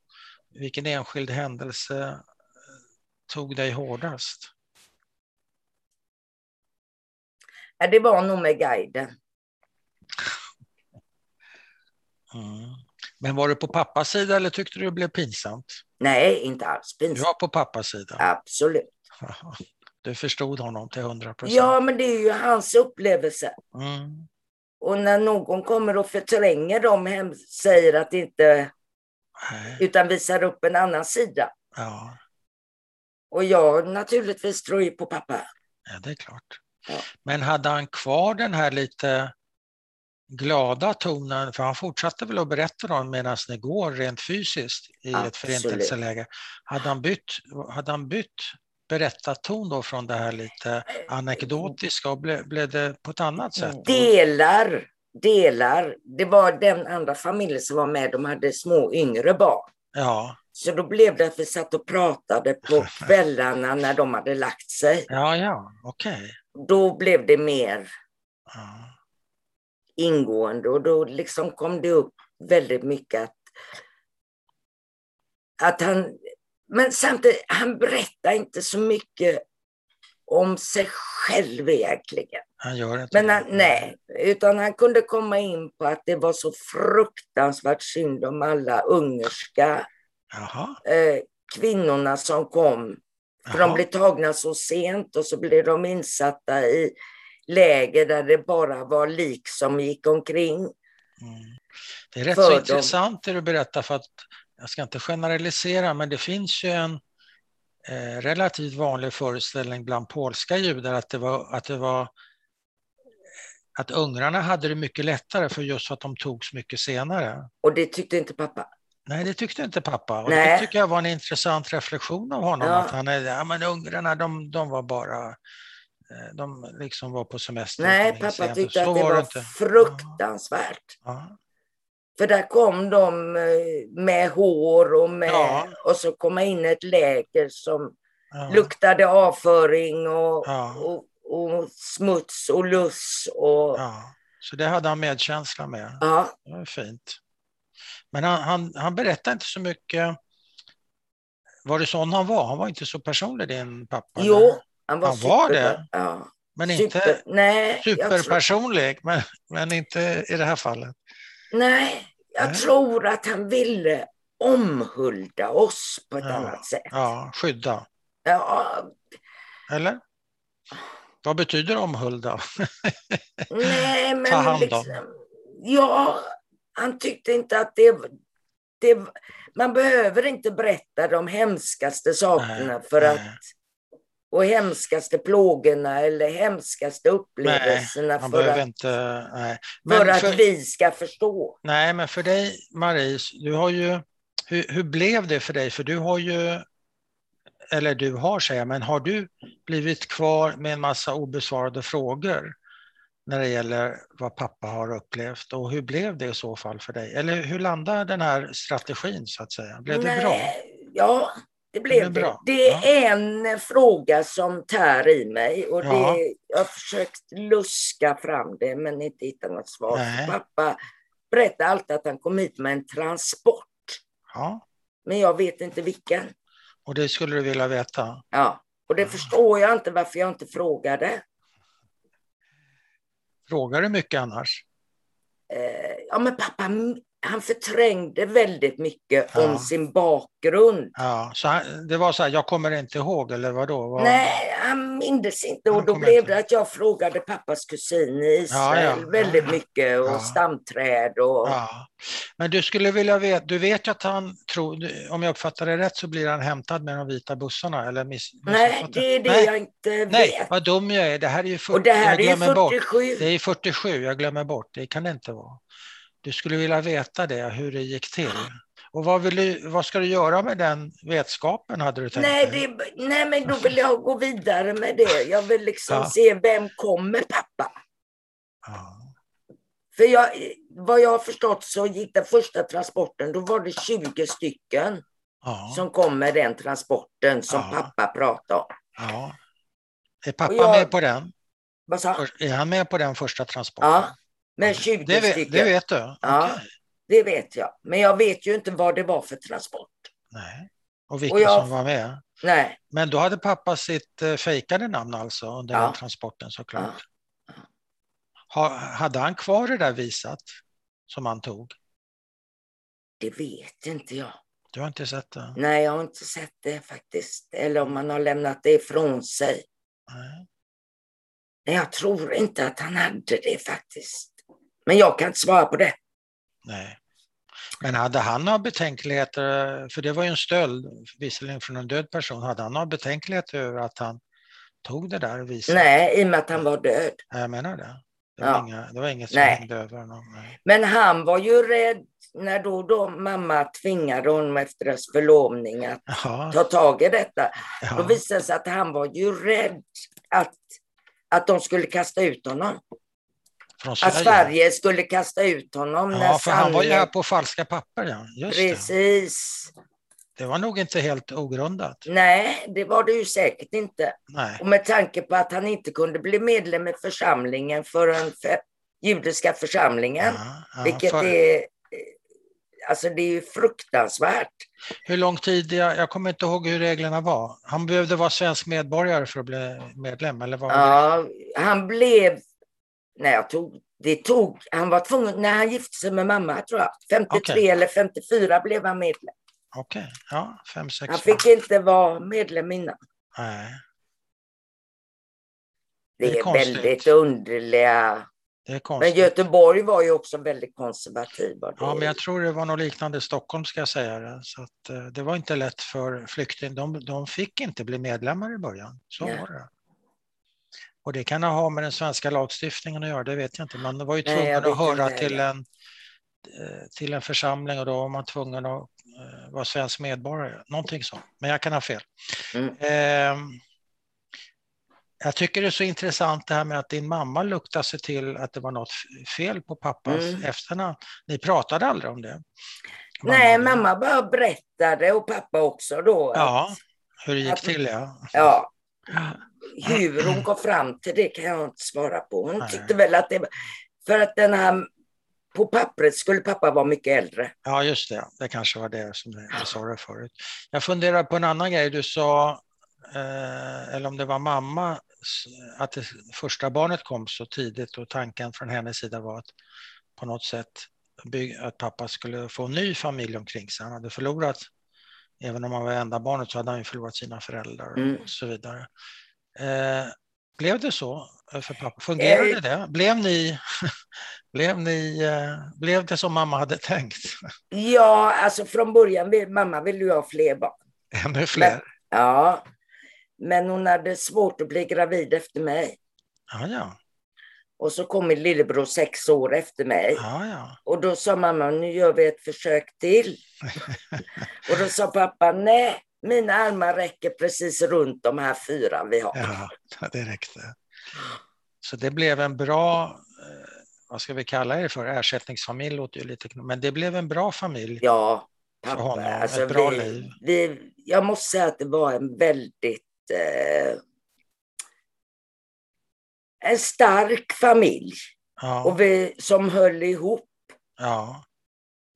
Speaker 1: vilken enskild händelse eh, tog dig hårdast?
Speaker 2: Ja, Det var nog med guiden.
Speaker 1: Mm. Men var du på pappas sida eller tyckte du det blev pinsamt?
Speaker 2: Nej, inte alls
Speaker 1: Du
Speaker 2: pinsamt.
Speaker 1: var på pappas sida.
Speaker 2: Absolut.
Speaker 1: Du förstod honom till 100 procent.
Speaker 2: Ja, men det är ju hans upplevelse.
Speaker 1: Mm.
Speaker 2: Och när någon kommer och förtränger dem, hem, säger att inte,
Speaker 1: Nej.
Speaker 2: utan visar upp en annan sida.
Speaker 1: Ja.
Speaker 2: Och jag naturligtvis tror ju på pappa.
Speaker 1: Ja, det är klart.
Speaker 2: Ja.
Speaker 1: Men hade han kvar den här lite glada tonen, för han fortsatte väl att berätta då medan ni går rent fysiskt i
Speaker 2: Absolut.
Speaker 1: ett förintelseläge. Hade han bytt, hade han bytt berättarton då från det här lite anekdotiska och blev, blev det på ett annat sätt?
Speaker 2: Delar, delar. Det var den andra familjen som var med, de hade små yngre barn.
Speaker 1: Ja,
Speaker 2: Så då blev det att vi satt och pratade på kvällarna när de hade lagt sig.
Speaker 1: ja, ja, okej.
Speaker 2: Då blev det mer
Speaker 1: Ja.
Speaker 2: ingående och då liksom kom det upp väldigt mycket att, att han... Men samtidigt, han berättar inte så mycket om sig själv egentligen.
Speaker 1: Han gör inte
Speaker 2: Men
Speaker 1: det.
Speaker 2: han, nej, utan han kunde komma in på att det var så fruktansvärt synd om alla ungerska
Speaker 1: Jaha,
Speaker 2: eh, kvinnorna som kom För de
Speaker 1: jaha.
Speaker 2: blev tagna så sent och så blev de insatta i läger där det bara var lik som gick omkring.
Speaker 1: Mm. Det är rätt
Speaker 2: för
Speaker 1: så
Speaker 2: dem.
Speaker 1: intressant det du berättar för att jag ska inte generalisera men det finns ju en eh, relativt vanlig föreställning bland polska judar att det var att det var att ungrarna hade det mycket lättare för just för att de togs mycket senare.
Speaker 2: Och det tyckte inte pappa.
Speaker 1: Nej, det tyckte inte pappa. Och det
Speaker 2: Nej.
Speaker 1: tycker jag var en intressant reflektion av honom.
Speaker 2: Ja.
Speaker 1: Att han är, ja men ungrarna de, de var bara, eh, de liksom var på semester.
Speaker 2: Nej,
Speaker 1: utan
Speaker 2: pappa
Speaker 1: sent.
Speaker 2: tyckte
Speaker 1: Så
Speaker 2: att det var
Speaker 1: inte.
Speaker 2: fruktansvärt.
Speaker 1: Ja,
Speaker 2: För där kom de eh, med hår och, med,
Speaker 1: Ja.
Speaker 2: och så kom in ett läger som
Speaker 1: ja,
Speaker 2: luktade avföring och,
Speaker 1: Ja.
Speaker 2: och, och smuts och luss. Och, ja.
Speaker 1: ja. Så det hade han medkänsla med. Det var fint. Men han, han, han berättade inte så mycket. Var det sån han var? Han var inte så personlig din pappa?
Speaker 2: Jo, han var,
Speaker 1: Han var
Speaker 2: super-
Speaker 1: det?
Speaker 2: Ja.
Speaker 1: Men
Speaker 2: super,
Speaker 1: inte
Speaker 2: nej, jag tror-
Speaker 1: superpersonlig, men, men inte i det här fallet.
Speaker 2: Nej, jag
Speaker 1: Nej.
Speaker 2: tror att han ville omhulda oss på ett
Speaker 1: Ja,
Speaker 2: annat sätt.
Speaker 1: Ja, skydda.
Speaker 2: Ja,
Speaker 1: Eller? Vad betyder omhulda?
Speaker 2: nej, men
Speaker 1: hand om.
Speaker 2: liksom, ja, Han tyckte inte att det, det man behöver inte berätta de hemskaste sakerna
Speaker 1: Nej,
Speaker 2: för
Speaker 1: nej.
Speaker 2: att och hemskaste plågorna eller hemskaste upplevelserna
Speaker 1: Man
Speaker 2: för,
Speaker 1: behöver
Speaker 2: att,
Speaker 1: inte... Nej.
Speaker 2: för
Speaker 1: Men
Speaker 2: att
Speaker 1: för,
Speaker 2: vi ska förstå.
Speaker 1: nej, men för dig, Marie, du har ju... Hur, hur blev det för dig? För du har ju... Eller du har, säger jag, men har du blivit kvar med en massa obesvarade frågor när det gäller vad pappa har upplevt? Och hur blev det i så fall för dig? Eller hur landade den här strategin, så att säga? Blev det bra?
Speaker 2: Ja, det blev det.
Speaker 1: blev bra.
Speaker 2: Det är
Speaker 1: Ja.
Speaker 2: en fråga som tär i mig och det,
Speaker 1: Ja.
Speaker 2: jag har försökt luska fram det men inte hittat något svar.
Speaker 1: Nej.
Speaker 2: Pappa berättade alltid att han kom hit med en transport,
Speaker 1: Ja,
Speaker 2: men jag vet inte vilken.
Speaker 1: och det skulle du vilja veta?
Speaker 2: Ja. Och det förstår jag inte varför jag inte frågade.
Speaker 1: Frågar du mycket annars?
Speaker 2: Eh, ja, men pappa, han förträngde väldigt mycket
Speaker 1: Ja.
Speaker 2: om sin bakgrund.
Speaker 1: Ja, så han, det var så här, jag kommer inte ihåg, eller vadå? Vad-
Speaker 2: Nej, han mindes inte och
Speaker 1: Han
Speaker 2: då
Speaker 1: kommer
Speaker 2: blev
Speaker 1: inte.
Speaker 2: det att jag frågade pappas kusin i Israel
Speaker 1: Ja, ja.
Speaker 2: väldigt
Speaker 1: Ja.
Speaker 2: mycket och
Speaker 1: Ja.
Speaker 2: stamträd och
Speaker 1: Ja. Men du skulle vilja veta, du vet ju att han tror, om jag uppfattar det rätt så blir han hämtad med de vita bussarna eller miss,
Speaker 2: Nej,
Speaker 1: missuppfattar-
Speaker 2: det är det
Speaker 1: Nej,
Speaker 2: jag inte
Speaker 1: Nej,
Speaker 2: vet.
Speaker 1: vad dum jag är, det här är ju 40,
Speaker 2: Och det här
Speaker 1: jag
Speaker 2: är ju
Speaker 1: glömmer bort.
Speaker 2: 47.
Speaker 1: Det är 47, jag glömmer bort, det kan det inte vara. Du skulle vilja veta det, hur det gick till. Och vad, vill du, vad ska du göra med den vetskapen hade du tänkt
Speaker 2: Nej,
Speaker 1: dig?
Speaker 2: det, är- nej, men då vill jag gå vidare med det. Jag vill liksom
Speaker 1: Ja.
Speaker 2: se vem kommer pappa?
Speaker 1: Ja.
Speaker 2: För jag, vad jag har förstått så gick den första transporten, då var det 20 stycken
Speaker 1: Ja.
Speaker 2: som kom med den transporten som
Speaker 1: Ja.
Speaker 2: pappa pratade om.
Speaker 1: ja. Är pappa
Speaker 2: Och jag-
Speaker 1: med på den?
Speaker 2: Vad sa han?
Speaker 1: För- Är han med på den första transporten?
Speaker 2: Ja, men 20
Speaker 1: det, vet,
Speaker 2: stycken.
Speaker 1: det vet du?
Speaker 2: Ja,
Speaker 1: Okej.
Speaker 2: det vet jag. Men jag vet ju inte vad det var för transport.
Speaker 1: Nej. Och vilka
Speaker 2: Och jag-
Speaker 1: som var med?
Speaker 2: Nej,
Speaker 1: Men då hade pappa sitt eh, fejkade namn alltså under
Speaker 2: Ja.
Speaker 1: den transporten såklart. Ha, hade han kvar det där visat som han tog?
Speaker 2: det vet inte jag.
Speaker 1: Du har inte sett det?
Speaker 2: Nej, jag har inte sett det faktiskt. Eller om man har lämnat det ifrån sig.
Speaker 1: Nej.
Speaker 2: Nej, jag tror inte att han hade det faktiskt. Men jag kan inte svara på det.
Speaker 1: Nej. Men hade han några betänkligheter, för det var ju en stöld, visserligen från en död person, hade han några betänkligheter över att han tog det där viset?
Speaker 2: Nej, i och med att han var död.
Speaker 1: Ja, Jag menar det. Det var,
Speaker 2: Ja.
Speaker 1: inga, det var inget som
Speaker 2: Nej.
Speaker 1: hängde över honom. Nej.
Speaker 2: Men han var ju rädd när då och då mamma tvingade honom efter deras förlovning att
Speaker 1: Ja,
Speaker 2: ta tag i detta. Då
Speaker 1: ja.
Speaker 2: visade det sig att han var ju rädd att, att de skulle kasta ut honom.
Speaker 1: Från
Speaker 2: Att Sverige skulle kasta ut honom när
Speaker 1: Ja, för han var ju
Speaker 2: sanningen-
Speaker 1: här på falska papper. Ja. Just det.
Speaker 2: Precis.
Speaker 1: det var nog inte helt ogrundat.
Speaker 2: Nej, det var det ju säkert inte.
Speaker 1: Nej,
Speaker 2: Och med tanke på att han inte kunde bli medlem i församlingen förrän för judiska församlingen,
Speaker 1: ja, ja,
Speaker 2: vilket
Speaker 1: för-
Speaker 2: är... eh, Alltså det är ju fruktansvärt.
Speaker 1: Hur lång tid, jag, jag kommer inte ihåg hur reglerna var. Han behövde vara svensk medborgare för att bli medlem, eller vad? var det?
Speaker 2: Ja, han blev... Nej, jag tog, det tog... Han var tvungen, när han gifte sig med mamma tror jag, 53
Speaker 1: Okej.
Speaker 2: eller 54 blev han medlem.
Speaker 1: Okej, ja, fem, sex
Speaker 2: Han
Speaker 1: år.
Speaker 2: fick inte vara medlem innan.
Speaker 1: Nej,
Speaker 2: Det
Speaker 1: Det är
Speaker 2: är,
Speaker 1: konstigt.
Speaker 2: väldigt underliga.
Speaker 1: det är
Speaker 2: Men
Speaker 1: konstigt.
Speaker 2: Göteborg var ju också väldigt konservativ. var det
Speaker 1: Ja, men jag tror det var något liknande i Stockholm, ska jag säga. det. Så att, eh, det var inte lätt för flykting. De, de fick inte bli medlemmar i början. Så
Speaker 2: Nej.
Speaker 1: var det. Och det kan ha med den svenska lagstiftningen att göra, det vet jag inte. Man var ju
Speaker 2: Nej, jag
Speaker 1: tvungen
Speaker 2: vet
Speaker 1: att höra
Speaker 2: inte
Speaker 1: till en, eh, till en församling och då var man tvungen att eh, vara svensk medborgare. Någonting sånt. Men jag kan ha fel.
Speaker 2: Mm.
Speaker 1: Ehm, jag tycker det är så intressant det här med att din mamma luktade sig till att det var något f- fel på pappas
Speaker 2: Mm.
Speaker 1: efternamn. Ni pratade aldrig om det?
Speaker 2: Nej,
Speaker 1: och du?
Speaker 2: mamma bara berättade och pappa också då.
Speaker 1: Ja, hur det gick
Speaker 2: att-
Speaker 1: till ja.
Speaker 2: ja. Hur hon kom fram till det kan jag inte svara på. Hon
Speaker 1: Nej.
Speaker 2: tyckte väl att det var... För att den här... På pappret skulle pappa vara mycket äldre.
Speaker 1: Ja, just det. Det kanske var det som jag jag sa det förut. Jag funderar på en annan grej. Du sa, eh, eller om det var mamma, s- att det första barnet kom så tidigt och tanken från hennes sida var att på något sätt byg- att pappa skulle få en ny familj omkring sig. Han hade förlorat, även om han var enda barnet så hade han ju förlorat sina föräldrar
Speaker 2: Mm.
Speaker 1: och så vidare. Eh, Blev det så för pappa? Fungerade det? Blev ni, blev ni, eh, blev det som mamma hade tänkt?
Speaker 2: Ja, alltså från början, vill, mamma ville ju ha fler barn.
Speaker 1: Ännu fler?
Speaker 2: Men, ja. Men hon hade svårt att bli gravid efter mig.
Speaker 1: Ja, ja.
Speaker 2: Och så kom min lillebror sex år efter mig.
Speaker 1: Ja, ja.
Speaker 2: Och då sa mamma, nu gör vi ett försök till. och då sa pappa, nej, mina armar räcker precis runt de här fyra vi har.
Speaker 1: Ja, det räckte. Så det blev en bra, eh, vad ska vi kalla er för, ersättningsfamilj låter ju lite men det blev en bra familj.
Speaker 2: Ja,
Speaker 1: för honom.
Speaker 2: alltså
Speaker 1: ett bra
Speaker 2: vi,
Speaker 1: liv.
Speaker 2: Vi, jag måste säga att det var en väldigt eh, en stark familj
Speaker 1: Ja,
Speaker 2: och vi, som höll ihop.
Speaker 1: ja,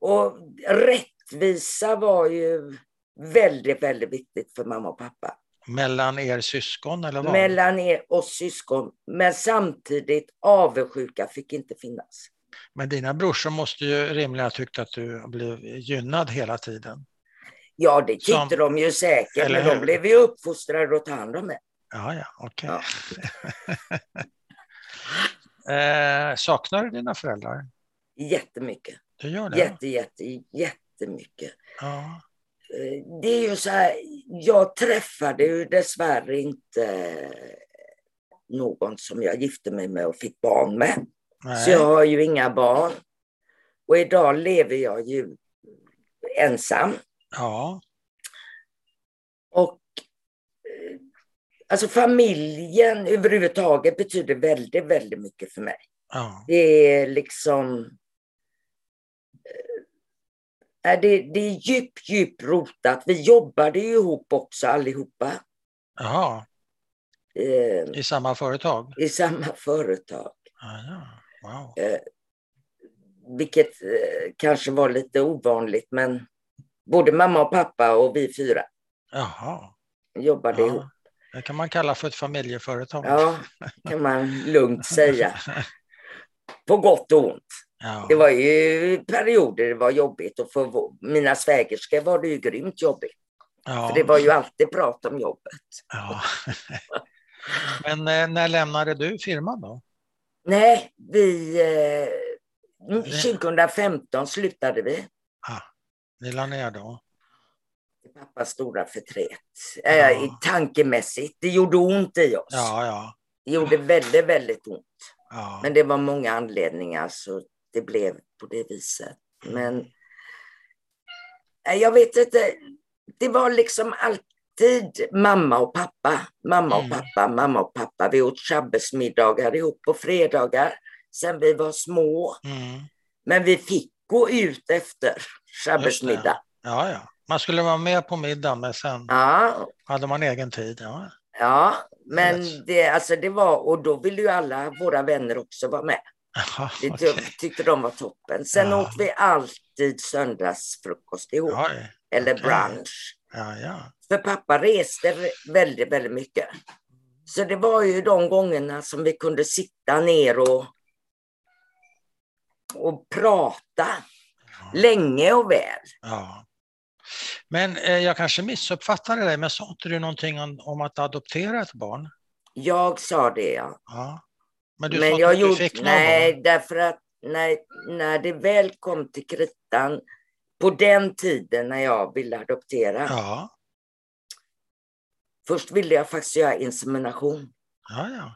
Speaker 2: Och rättvisa var ju väldigt, väldigt viktigt för mamma och pappa.
Speaker 1: mellan er syskon eller vad?
Speaker 2: Mellan er och syskon. Men samtidigt avundsjuka fick inte finnas.
Speaker 1: Men dina brorsor måste ju rimligen ha tyckt att du blev gynnad hela tiden.
Speaker 2: Ja, det tyckte
Speaker 1: Som-
Speaker 2: de ju säkert,
Speaker 1: Eller
Speaker 2: men de
Speaker 1: hur?
Speaker 2: blev ju uppfostrade att ta hand om det.
Speaker 1: Ja, ja, okej.
Speaker 2: Ja.
Speaker 1: Eh, saknar du dina föräldrar?
Speaker 2: Jättemycket.
Speaker 1: Du gör det?
Speaker 2: Jätte, jätte, jättemycket.
Speaker 1: Ja,
Speaker 2: Eh, Det är ju så här, jag träffade ju dessvärre inte någon som jag gifte mig med och fick barn med.
Speaker 1: nej.
Speaker 2: Så jag har ju inga barn. Och idag lever jag ju ensam.
Speaker 1: ja,
Speaker 2: Och eh, alltså familjen överhuvudtaget betyder väldigt, väldigt mycket för mig.
Speaker 1: ja,
Speaker 2: Det är liksom... eh, nej, Det, det är djupt, djupt rotat. Vi jobbade ju ihop också allihopa
Speaker 1: jaha,
Speaker 2: eh,
Speaker 1: i samma företag?
Speaker 2: i samma företag. eh,
Speaker 1: Ja, Ah, ja. Wow.
Speaker 2: Vilket eh, kanske var lite ovanligt, men både mamma och pappa och vi fyra
Speaker 1: Jaha,
Speaker 2: jobbade ihop.
Speaker 1: ja. det kan man kalla för ett familjeföretag.
Speaker 2: Ja, kan man lugnt säga. På gott och ont.
Speaker 1: Ja.
Speaker 2: Det var ju perioder det var jobbigt och för vå- mina svägerskor var det ju grymt jobbigt.
Speaker 1: ja.
Speaker 2: För det var ju alltid prat om jobbet.
Speaker 1: Ja. Men eh, när lämnade du firman då?
Speaker 2: Nej, vi... Eh, 2015 slutade vi.
Speaker 1: Ah, Ni la ner då?
Speaker 2: Pappas stora förtret. Eh, i- Tankemässigt. Det gjorde ont i oss.
Speaker 1: Ja, ja.
Speaker 2: Det gjorde väldigt, väldigt ont.
Speaker 1: ja.
Speaker 2: Men det var många anledningar så det blev på det viset.
Speaker 1: Mm.
Speaker 2: Men Nej, jag vet inte. Det var liksom alltid mamma och pappa. Mamma och
Speaker 1: Mm.
Speaker 2: pappa, mamma och pappa. Vi åt shabbesmiddagar ihop på fredagar sen vi var små.
Speaker 1: Mm.
Speaker 2: Men vi fick gå ut efter
Speaker 1: Just
Speaker 2: shabbesmiddag.
Speaker 1: ja, ja. Man skulle vara med på middagen men sen
Speaker 2: Ja,
Speaker 1: hade man egen tid. Ja,
Speaker 2: ja, men
Speaker 1: Yes.
Speaker 2: det, alltså det var, och då ville ju alla våra vänner också vara med.
Speaker 1: ja,
Speaker 2: Det ty-
Speaker 1: okej.
Speaker 2: tyckte de var toppen. Sen
Speaker 1: Ja.
Speaker 2: åt vi alltid söndagsfrukost ihop,
Speaker 1: Oj.
Speaker 2: eller
Speaker 1: okej.
Speaker 2: brunch.
Speaker 1: ja, ja.
Speaker 2: För pappa reste re- väldigt, väldigt mycket. Så det var ju de gångerna som vi kunde sitta ner och, och prata
Speaker 1: Ja.
Speaker 2: länge och väl.
Speaker 1: ja. Men eh, jag kanske missuppfattade dig, men sa inte du någonting om, om att adoptera ett barn?
Speaker 2: Jag sa det, ja.
Speaker 1: Ja. Men du
Speaker 2: Men
Speaker 1: sa
Speaker 2: jag
Speaker 1: att du
Speaker 2: gjorde,
Speaker 1: fick någon
Speaker 2: nej,
Speaker 1: barn?
Speaker 2: därför att när, när det väl kom till kritan, på den tiden när jag ville adoptera,
Speaker 1: Ja,
Speaker 2: först ville jag faktiskt göra insemination.
Speaker 1: ja, ja.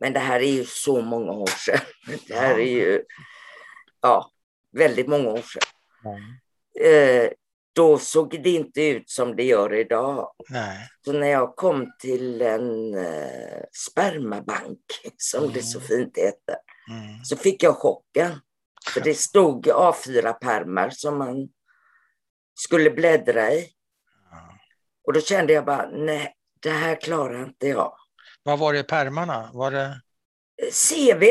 Speaker 2: Men det här är ju så många år sedan. Det här är ju ja, väldigt många år sedan. Eh, då såg det inte ut som det gör idag.
Speaker 1: Nej.
Speaker 2: Så när jag kom till en eh, spermabank, som det så fint heter,
Speaker 1: Mm.
Speaker 2: så fick jag chocken. För det stod A4-pärmar som man skulle bläddra i.
Speaker 1: Ja.
Speaker 2: Och då kände jag bara, nej, det här klarar inte jag.
Speaker 1: Vad var det i pärmarna? Var det
Speaker 2: Eh, CV,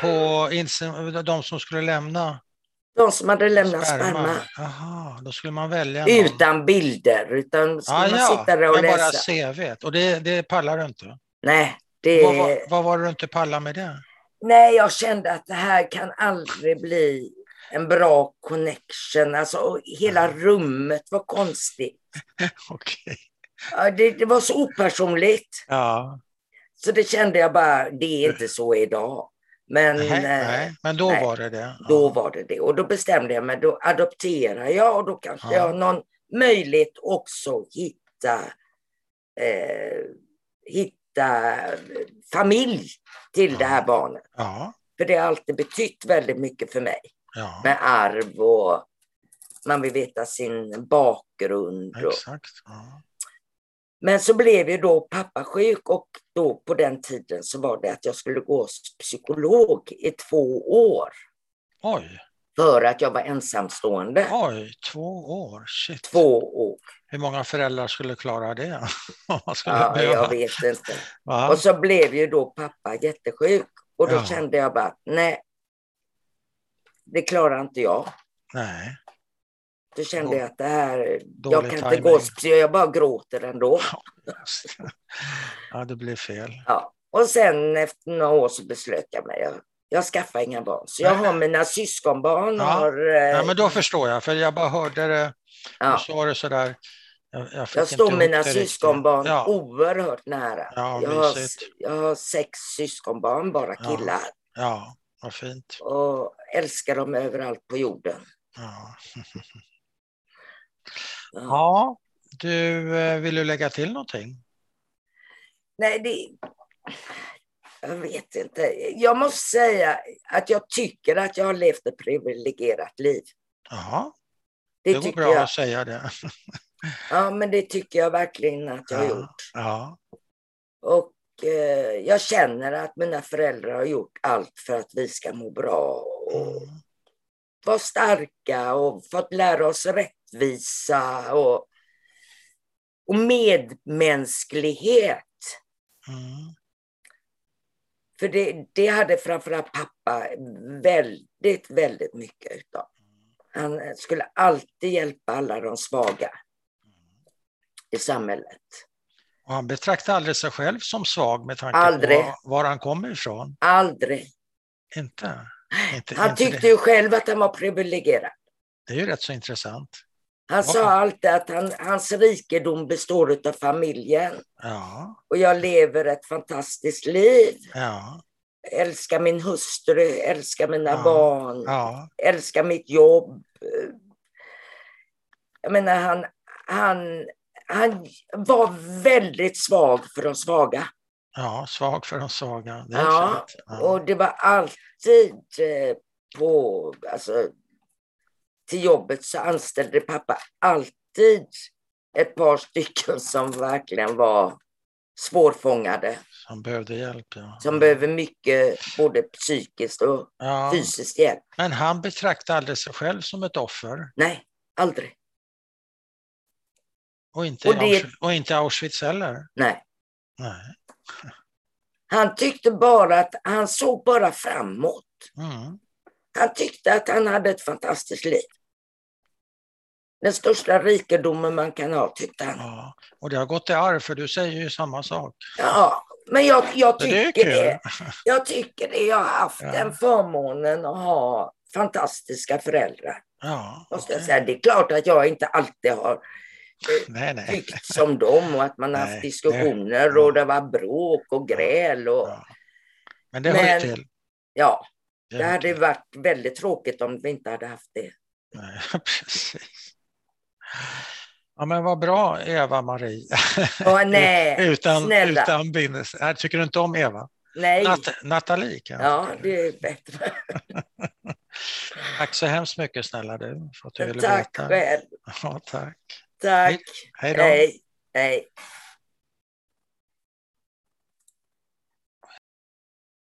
Speaker 1: på inse- de som skulle lämna
Speaker 2: de som hade lämnat sperma.
Speaker 1: sperma? Jaha, då skulle man välja någon.
Speaker 2: Utan bilder, utan skulle
Speaker 1: Ah,
Speaker 2: man
Speaker 1: ja,
Speaker 2: sitta där och
Speaker 1: men
Speaker 2: läsa.
Speaker 1: bara CV. Och det, det pallar du inte?
Speaker 2: Nej, det...
Speaker 1: Vad, var, vad var det du inte pallade med det?
Speaker 2: Nej, jag kände att det här kan aldrig bli en bra connection. Alltså, och hela rummet var konstigt.
Speaker 1: Okej.
Speaker 2: Ja, Det, det var så opersonligt.
Speaker 1: Ja,
Speaker 2: Så det kände jag bara, det är inte så idag. Men,
Speaker 1: nej, nej, men då
Speaker 2: nej.
Speaker 1: var det det. Ja.
Speaker 2: Då var det det. Och då bestämde jag mig, då adopterar jag och då kanske
Speaker 1: Ja.
Speaker 2: jag har någon möjlighet också hitta, eh, hitta familj till
Speaker 1: Ja.
Speaker 2: det här barnet.
Speaker 1: Ja,
Speaker 2: För det har alltid betytt väldigt mycket för mig
Speaker 1: ja
Speaker 2: med arv och man vill veta sin bakgrund. Och.
Speaker 1: exakt. Ja.
Speaker 2: Men så blev ju då pappa sjuk och då på den tiden så var det att jag skulle gå hos psykolog i två år
Speaker 1: Oj,
Speaker 2: för att jag var ensamstående.
Speaker 1: oj, två år. Shit.
Speaker 2: Två år.
Speaker 1: Hur många föräldrar skulle klara det? Vad skulle
Speaker 2: Ja,
Speaker 1: behöva?
Speaker 2: jag vet inte.
Speaker 1: Va?
Speaker 2: Och så blev ju då pappa jättesjuk och då
Speaker 1: Ja.
Speaker 2: kände jag bara att nej, det klarar inte jag.
Speaker 1: Nej,
Speaker 2: Då kände jag att det här, jag
Speaker 1: Dålig
Speaker 2: kan inte
Speaker 1: timing.
Speaker 2: gå hos psy- jag bara gråter ändå.
Speaker 1: just det. Ja, det blev fel.
Speaker 2: Ja. Och sen efter några år så beslöt jag mig. Jag, jag skaffar inga barn. Så jag
Speaker 1: Nej.
Speaker 2: har mina syskonbarn.
Speaker 1: Ja.
Speaker 2: Har, eh,
Speaker 1: Ja, men då förstår jag, för jag bara hörde det
Speaker 2: ja.
Speaker 1: och så var det sådär. Jag, jag, fick
Speaker 2: Jag
Speaker 1: inte
Speaker 2: står
Speaker 1: ihop
Speaker 2: mina
Speaker 1: det riktigt.
Speaker 2: syskonbarn Oh.
Speaker 1: Ja.
Speaker 2: oerhört nära.
Speaker 1: Ja,
Speaker 2: jag, har,
Speaker 1: mysigt.
Speaker 2: jag har sex syskonbarn, bara
Speaker 1: Ja.
Speaker 2: killar.
Speaker 1: Ja, vad fint.
Speaker 2: Och älskar dem överallt på jorden.
Speaker 1: Ja.
Speaker 2: Ja.
Speaker 1: ja, du, eh, vill du lägga till någonting?
Speaker 2: Nej, det... Jag vet inte. Jag måste säga att jag tycker att jag har levt ett privilegierat liv.
Speaker 1: Jaha,
Speaker 2: Det,
Speaker 1: det går
Speaker 2: tycker
Speaker 1: bra
Speaker 2: jag.
Speaker 1: att säga det.
Speaker 2: Ja, men det tycker jag verkligen att jag har
Speaker 1: Ja.
Speaker 2: gjort.
Speaker 1: Ja,
Speaker 2: Och eh, jag känner att mina föräldrar har gjort allt för att vi ska må bra och
Speaker 1: mm.
Speaker 2: vara starka och fått lära oss rättvisa och, och medmänsklighet.
Speaker 1: Mm.
Speaker 2: För det, det hade framförallt pappa väldigt, väldigt mycket utav. Han skulle alltid hjälpa alla de svaga i samhället.
Speaker 1: Mm. Och han betraktade aldrig sig själv som svag med tanke
Speaker 2: Aldrig.
Speaker 1: på var, var han kommer ifrån.
Speaker 2: Aldrig.
Speaker 1: Inte. inte,
Speaker 2: Han
Speaker 1: inte
Speaker 2: tyckte
Speaker 1: det.
Speaker 2: ju själv att han var privilegierad.
Speaker 1: det är ju rätt så intressant.
Speaker 2: Han sa
Speaker 1: Ja.
Speaker 2: alltid att han, hans rikedom består av familjen.
Speaker 1: Ja,
Speaker 2: Och jag lever ett fantastiskt liv.
Speaker 1: ja,
Speaker 2: Älskar min hustru, älskar mina
Speaker 1: Ja.
Speaker 2: barn,
Speaker 1: ja.
Speaker 2: älskar mitt jobb. Eh, Jag menar, han, han, han var väldigt svag för de svaga.
Speaker 1: ja svag för de svaga. Det är
Speaker 2: Ja,
Speaker 1: sant. Ja.
Speaker 2: Och det var alltid eh, på, alltså, till jobbet så anställde pappa alltid ett par stycken som verkligen var svårfångade.
Speaker 1: Som behövde hjälp. Ja.
Speaker 2: Som behöver mycket både psykiskt och
Speaker 1: ja.
Speaker 2: fysiskt hjälp.
Speaker 1: Men han betraktade aldrig sig själv som ett offer.
Speaker 2: Nej, aldrig.
Speaker 1: Och inte,
Speaker 2: Och det-
Speaker 1: Auschwitz, och inte Auschwitz heller.
Speaker 2: Nej.
Speaker 1: Nej.
Speaker 2: Han tyckte bara att han såg bara framåt.
Speaker 1: Mm.
Speaker 2: Han tyckte att han hade ett fantastiskt liv. Den största rikedomen man kan ha, tyckte han.
Speaker 1: Ja. Och det har gått i arv, för du säger ju samma sak.
Speaker 2: Ja, men jag, jag
Speaker 1: Så det är
Speaker 2: tycker
Speaker 1: kul.
Speaker 2: det. Jag tycker det. Jag har haft
Speaker 1: Ja.
Speaker 2: den förmånen att ha fantastiska föräldrar.
Speaker 1: Ja,
Speaker 2: Måste jag
Speaker 1: okej.
Speaker 2: säga. Det är klart att jag inte alltid har
Speaker 1: Nej, nej.
Speaker 2: tyckt som dem och att man
Speaker 1: Nej,
Speaker 2: har haft
Speaker 1: det-
Speaker 2: diskussioner och det var bråk och gräl. Och,
Speaker 1: Ja. Men det hör
Speaker 2: Men-
Speaker 1: till.
Speaker 2: ja,
Speaker 1: Det
Speaker 2: det
Speaker 1: hör
Speaker 2: hade
Speaker 1: till.
Speaker 2: ju varit väldigt tråkigt om vi inte hade haft det.
Speaker 1: Nej, precis. Ja, men vad bra, Eva-Marie.
Speaker 2: Åh, nej,
Speaker 1: utan,
Speaker 2: snälla.
Speaker 1: utan bindelse. Nej, Tycker du inte om Eva?
Speaker 2: nej.
Speaker 1: Nat- Nathalie kanske?
Speaker 2: Ja, det är bättre.
Speaker 1: Tack så hemskt mycket snälla du för att du ville
Speaker 2: Tack
Speaker 1: berätta.
Speaker 2: själv.
Speaker 1: Ja, tack.
Speaker 2: Tack.
Speaker 1: Hej då.
Speaker 2: Hej. Hej.